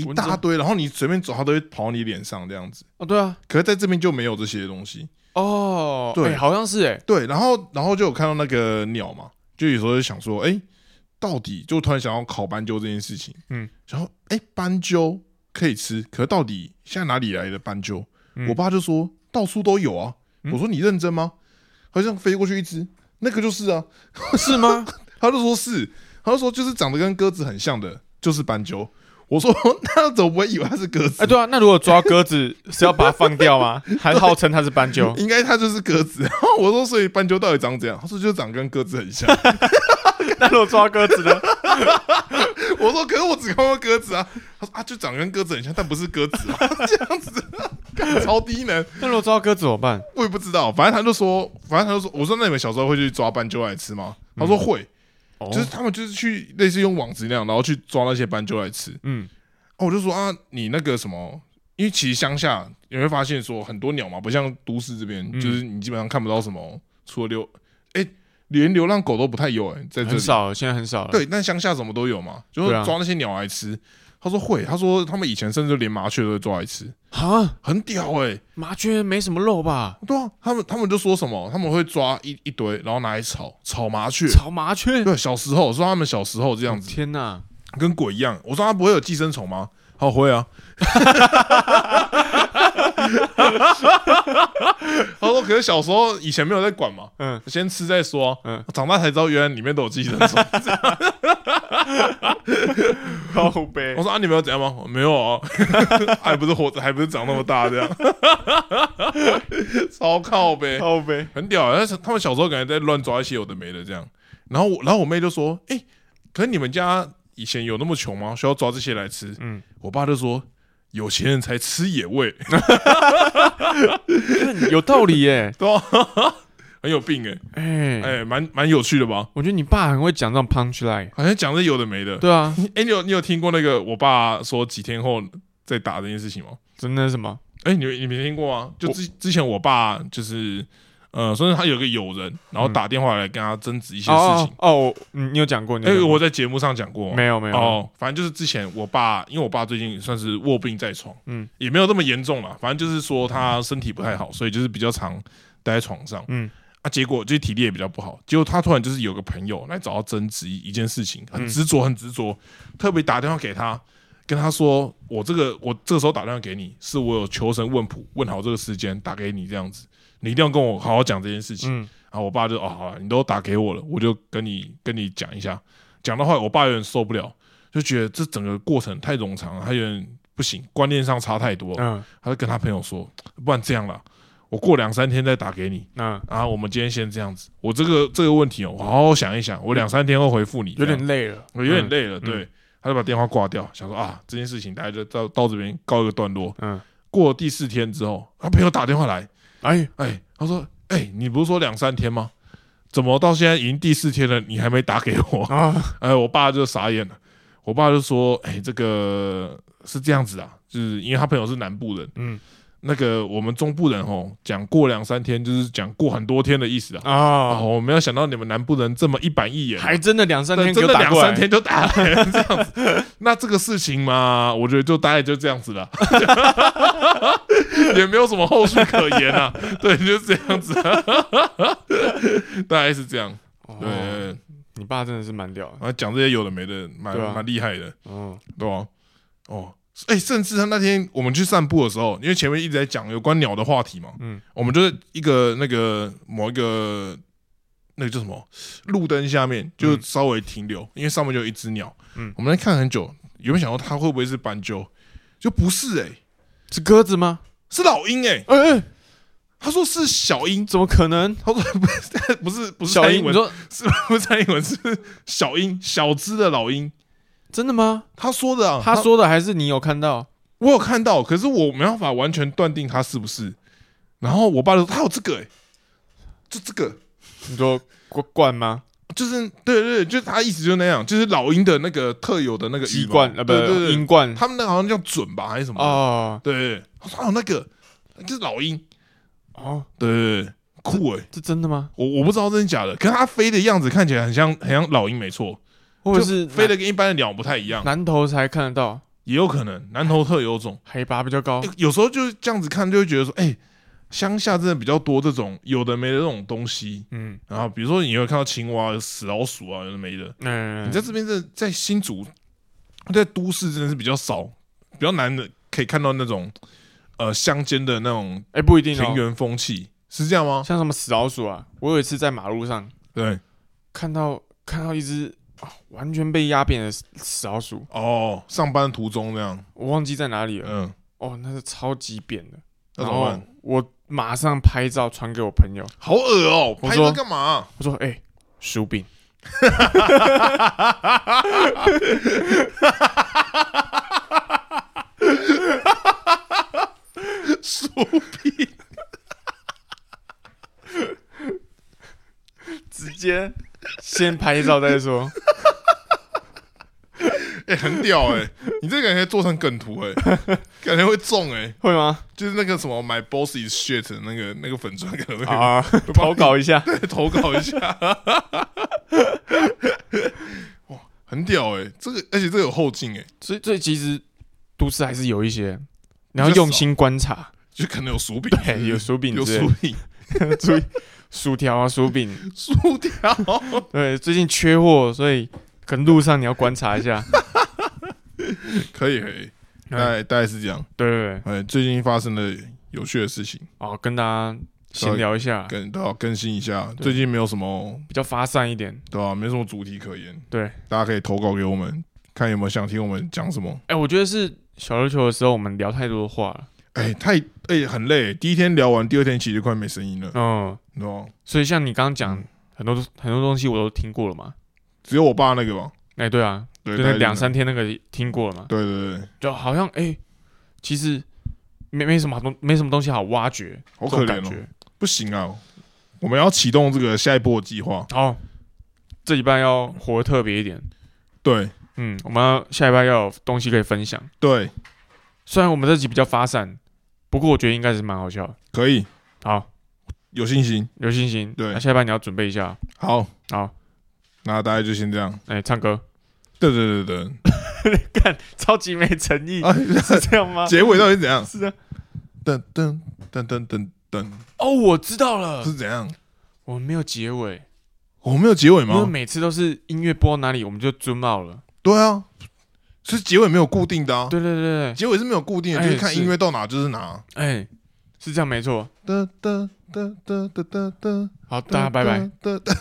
Speaker 1: 一
Speaker 2: 蚊子
Speaker 1: 大堆，然后你随便走，它都会跑你脸上这样子。
Speaker 2: 哦，对啊，
Speaker 1: 可是在这边就没有这些东西。
Speaker 2: 哦，
Speaker 1: 对
Speaker 2: 哎好像是哎，
Speaker 1: 对，然后然后就有看到那个鸟嘛，就有时候就想说，哎、到底就突然想要烤斑鸠这件事情，
Speaker 2: 嗯，
Speaker 1: 然后哎、斑鸠可以吃，可是到底现在哪里来的斑鸠？
Speaker 2: 嗯
Speaker 1: 我爸就说到处都有啊，
Speaker 2: 嗯
Speaker 1: 我说你认真吗？好像飞过去一只，那个就是啊，
Speaker 2: 是吗？
Speaker 1: 他就说是，他就说就是长得跟鸽子很像的，就是斑鸠。我说 那怎么不会以为它是鸽子？
Speaker 2: 哎，对啊，那如果抓鸽 子是要把它放掉吗？还号称它是斑鸠？
Speaker 1: 应该它就是鸽子。然 后我说所以斑鸠到底长怎样？他说就长得跟鸽子很像。
Speaker 2: 那如果抓鸽子呢？
Speaker 1: 我说，可是我只看过鸽子啊。他说啊，就长得跟鸽子很像，但不是鸽子啊，这样子，干超低能。
Speaker 2: 那如果抓鸽子怎么办？
Speaker 1: 我也不知道，反正他就说，反正他就说，我说那你们小时候会去抓斑鸠来吃吗？他说会，
Speaker 2: 哦
Speaker 1: 就是他们就是去类似用网子那样，然后去抓那些斑鸠来吃。
Speaker 2: 嗯，
Speaker 1: 啊，我就说啊，你那个什么，因为其实乡下你会发现说很多鸟嘛，不像都市这边，
Speaker 2: 嗯
Speaker 1: 就是你基本上看不到什么，除了流，哎、连流浪狗都不太有哎、在这
Speaker 2: 很
Speaker 1: 里。
Speaker 2: 少，现在很少了。，
Speaker 1: 对，但乡下什么都有嘛，就是
Speaker 2: 对啊
Speaker 1: 抓那些鸟来吃。他说会，他说他们以前甚至连麻雀都会抓来吃，
Speaker 2: 啊，
Speaker 1: 很屌哎、
Speaker 2: 麻雀没什么肉吧？
Speaker 1: 对啊，他们他们就说什么，他们会抓一一堆，然后拿来炒炒麻雀。
Speaker 2: 炒麻 雀？
Speaker 1: 对，小时候我说他们小时候这样子，
Speaker 2: 天哪！
Speaker 1: 跟鬼一样。我说他不会有寄生虫吗？他说会啊。 他说可是小时候以前没有在管嘛，
Speaker 2: 嗯，
Speaker 1: 先吃再说、啊。
Speaker 2: 嗯
Speaker 1: 长大才知道原来里面都有寄生虫。
Speaker 2: 靠背
Speaker 1: 我说啊，你们有怎样吗？我没有啊， 还不是活着，还不是长那么大这样， 超靠呗，
Speaker 2: 靠背，
Speaker 1: 很屌啊。但是他们小时候感觉在乱抓一些有的没的这样。然后我，然后我妹就说：“哎、可是你们家以前有那么穷吗？需要抓这些来吃？”
Speaker 2: 嗯，
Speaker 1: 我爸就说：“有钱人才吃野味，
Speaker 2: 有道理 耶。
Speaker 1: 对吧？ 很有病哎、欸，哎、
Speaker 2: 哎，
Speaker 1: 蛮蛮有趣的吧？
Speaker 2: 我觉得你爸很会讲这种 punch line。
Speaker 1: 好像讲的有的没的。
Speaker 2: 对 啊，
Speaker 1: 哎、你有你有听过那个我爸说几天后再打这件事情吗？”
Speaker 2: 真的是什么？
Speaker 1: 哎、你你没听过吗？就之之前我爸就是，呃，甚至他有个友人，然后打电话来跟他争执一些事
Speaker 2: 嗯哦
Speaker 1: 情。
Speaker 2: 哦，我嗯你有讲过？你
Speaker 1: 哎、
Speaker 2: 有讲过
Speaker 1: 我在节目上讲过吗
Speaker 2: 没有没有
Speaker 1: 哦，反正就是之前我爸，因为我爸最近算是卧病在床，
Speaker 2: 嗯
Speaker 1: 嗯，也没有那么严重啦，反正就是说他身体不太好，所以就是比较常待在床上，
Speaker 2: 嗯
Speaker 1: 嗯。啊，结果就是体力也比较不好，结果他突然就是有个朋友来找他争执一一件事情，很执着，很执着，特别打电话给他，跟他说：“我这个我这个时候打电话给你，是我有求神问卜，问好这个时间打给你这样子，你一定要跟我好好讲这件事情。”
Speaker 2: 嗯
Speaker 1: 然后我爸就哦，好了，你都打给我了，我就跟你跟你讲一下。讲到后来，我爸有点受不了，就觉得这整个过程太冗长了，他有点不行，观念上差太多了。
Speaker 2: 嗯
Speaker 1: 他就跟他朋友说，不然这样啦，我过两三天再打给你
Speaker 2: 嗯，
Speaker 1: 啊。我们今天先这样子，我这个这个问题哦，我好好想一想，我两三天后回复你。
Speaker 2: 有
Speaker 1: 这样
Speaker 2: 点嗯累了，
Speaker 1: 我有点累了，对，他就把电话挂掉，想说啊，这件事情大家就到到这边告一个段落。
Speaker 2: 嗯。
Speaker 1: 过了第四天之后，他朋友打电话来，
Speaker 2: 哎，
Speaker 1: 哎，他说：“哎，你不是说两三天吗？怎么到现在已经第四天了，你还没打给我
Speaker 2: 啊，？”
Speaker 1: 哎，我爸就傻眼了。我爸就说：“哎，这个是这样子啊，就是因为他朋友是南部人，
Speaker 2: 嗯
Speaker 1: 那个我们中部人哦，讲过两三天就是讲过很多天的意思啊。
Speaker 2: 啊，
Speaker 1: 哦，我没有想到你们南部人这么一板一眼啊，
Speaker 2: 还真的两三天
Speaker 1: 对
Speaker 2: 给
Speaker 1: 真
Speaker 2: 我
Speaker 1: 的
Speaker 2: 打
Speaker 1: 两
Speaker 2: 过来
Speaker 1: 三，天就打来了这样子。那这个事情嘛，我觉得就大概就这样子了， 也没有什么后续可言啊。 对，就是这样子、 啊，大概是这样。
Speaker 2: 哦
Speaker 1: 对，然
Speaker 2: 你爸真的是蛮屌的，
Speaker 1: 后讲这些有的没的，蛮
Speaker 2: 对啊
Speaker 1: 蛮厉害的，
Speaker 2: 嗯
Speaker 1: 对吧、哦。哎、甚至他那天我们去散步的时候，因为前面一直在讲有关鸟的话题嘛，
Speaker 2: 嗯
Speaker 1: 嗯，我们就是一个那个某一个那个叫什么路灯下面，就稍微停留，因为上面就有一只鸟，
Speaker 2: 嗯
Speaker 1: 嗯，我们在看很久，有没有想到它会不会是斑鸠？就不是哎、
Speaker 2: 是鸽子吗？
Speaker 1: 是老鹰哎、
Speaker 2: 哎哎，
Speaker 1: 他说是小鹰，
Speaker 2: 怎么可能？
Speaker 1: 他说不是 不是不是
Speaker 2: 小
Speaker 1: 蔡
Speaker 2: 英，
Speaker 1: 英
Speaker 2: 你
Speaker 1: 文，
Speaker 2: 说
Speaker 1: 是不是蔡英文是小鹰小只的老鹰，
Speaker 2: 真的吗？
Speaker 1: 他说的啊，
Speaker 2: 他说的还是你有看到？
Speaker 1: 我有看到，可是我没办法完全断定它是不是。然后我爸就说他有这个、欸，就这个，
Speaker 2: 你说冠冠吗？
Speaker 1: 就是对对对，就是他意思就是那样，就是老鹰的那个特有的那个羽
Speaker 2: 鸡
Speaker 1: 毛
Speaker 2: 冠啊，不
Speaker 1: 对对
Speaker 2: 英
Speaker 1: 对，
Speaker 2: 冠
Speaker 1: 他们那个好像叫准吧还是什么？哦，
Speaker 2: 哦
Speaker 1: 对对对，他说还有啊那个就是老鹰，
Speaker 2: 哦，
Speaker 1: 对对对，酷诶、欸
Speaker 2: 这真的吗？
Speaker 1: 我我不知道真的假的，可是它飞的样子看起来很像很像老鹰，没错，
Speaker 2: 或者是
Speaker 1: 就飞
Speaker 2: 的
Speaker 1: 的跟一般的鸟不太一样。
Speaker 2: 南头才看得到？
Speaker 1: 也有可能南投特有种。
Speaker 2: 海拔比较高
Speaker 1: 欸，有时候就是这样子看，就会觉得说，哎、乡下真的比较多这种有的没的这种东西。
Speaker 2: 嗯
Speaker 1: 然后比如说你会看到青蛙、有死老鼠啊，有的没的。
Speaker 2: 嗯，
Speaker 1: 你在这边真的在新竹，在都市真的是比较少，比较难的可以看到那种呃乡间的那种
Speaker 2: 哎、不一定
Speaker 1: 田
Speaker 2: 哦，
Speaker 1: 园风气，是这样吗？
Speaker 2: 像什么死老鼠啊，我有一次在马路上
Speaker 1: 对，
Speaker 2: 看到看到一只、啊完全被压扁的死死老鼠，
Speaker 1: 哦，上班途中这样，
Speaker 2: 我忘记在哪里了。
Speaker 1: 嗯，
Speaker 2: 哦，那是超级扁的，
Speaker 1: 那怎
Speaker 2: 然
Speaker 1: 么
Speaker 2: 后
Speaker 1: 办？
Speaker 2: 我马上拍照传给我朋友，
Speaker 1: 好恶哦、
Speaker 2: 我
Speaker 1: 拍
Speaker 2: 说
Speaker 1: 这干嘛、
Speaker 2: 我说：“哎、薯饼。”
Speaker 1: 薯
Speaker 2: 饼，直接先拍照再说。
Speaker 1: 哎、很屌哎、你这个感觉做成梗 图哎、感觉会中哎、
Speaker 2: 会吗？
Speaker 1: 就是那个什么 My Boss is shit 的那个那个粉砖可能会
Speaker 2: 啊，投稿一下。
Speaker 1: 投稿一下。 哇，很屌哎、这个而且这个有后劲哎、
Speaker 2: 所以，所以其实都市还是有一些，你要用心观察。
Speaker 1: 就可能有薯饼，
Speaker 2: 对，有薯饼
Speaker 1: 嗯有
Speaker 2: 之类
Speaker 1: 薯
Speaker 2: 的，
Speaker 1: 饼、
Speaker 2: 注意薯条啊，薯饼。
Speaker 1: 薯条，
Speaker 2: 对，最近缺货，所以可能路上你要观察 一下。
Speaker 1: 可以可以，大
Speaker 2: 对
Speaker 1: 概大概是这样。
Speaker 2: 对对，
Speaker 1: 哎，最近发生的有趣的事情，
Speaker 2: 哦，跟大家闲聊一下，
Speaker 1: 跟都要更新一下。
Speaker 2: 啊对
Speaker 1: 最近没有什么
Speaker 2: 比较发散一点。
Speaker 1: 对吧、没什么主题可言，
Speaker 2: 对，
Speaker 1: 大家可以投稿给我们，看有没有想听我们讲什么。
Speaker 2: 哎、我觉得是小琉球的时候，我们聊太多的话了。
Speaker 1: 哎，太哎很累，第一天聊完，第二天其实快没声音了，
Speaker 2: 嗯，
Speaker 1: 你知道吗？
Speaker 2: 所以像你刚刚讲
Speaker 1: 嗯
Speaker 2: 很多很多东西，我都听过了嘛。
Speaker 1: 只有我爸那个吧，
Speaker 2: 哎、对啊，
Speaker 1: 对，
Speaker 2: 就那
Speaker 1: 太
Speaker 2: 两
Speaker 1: 硬了，
Speaker 2: 三天那个听过了嘛，
Speaker 1: 对对对，
Speaker 2: 就好像哎、其实没没什么好东，没什么东西好挖掘，
Speaker 1: 好可
Speaker 2: 这种
Speaker 1: 怜
Speaker 2: 感
Speaker 1: 哦，
Speaker 2: 觉。
Speaker 1: 不行啊，我们要启动这个下一波的计划，
Speaker 2: 哦，这礼拜要活得特别一点。
Speaker 1: 对
Speaker 2: 嗯，我们要下礼拜要有东西可以分享。
Speaker 1: 对，
Speaker 2: 虽然我们这集比较发散，不过我觉得应该是蛮好笑的。
Speaker 1: 可以，
Speaker 2: 好，
Speaker 1: 有信心，
Speaker 2: 有信心。
Speaker 1: 对
Speaker 2: 那、下一半你要准备一下。
Speaker 1: 好，
Speaker 2: 好，
Speaker 1: 那大概就先这样，
Speaker 2: 哎、唱歌，
Speaker 1: 对对对对
Speaker 2: 超级没诚意
Speaker 1: 对， 啊，
Speaker 2: 这样吗
Speaker 1: 结尾到底是怎样？
Speaker 2: 是啊。
Speaker 1: 噔噔噔噔噔噔，
Speaker 2: 哦，我知道了
Speaker 1: 是，怎样？
Speaker 2: 我们没有结尾，
Speaker 1: 我没有结尾
Speaker 2: 因为
Speaker 1: 吗？
Speaker 2: 每次都是音乐播到哪里我们就 zoom out 了。
Speaker 1: 对啊，所以结尾没有固定的啊，
Speaker 2: 对对对对，
Speaker 1: 结尾是没有固定的，
Speaker 2: 哎
Speaker 1: 就是看
Speaker 2: 是
Speaker 1: 音乐到哪就是哪。
Speaker 2: 哎、是这样没错。
Speaker 1: 哒哒哒哒哒哒哒，
Speaker 2: 好，大家拜拜。
Speaker 1: 哒。哒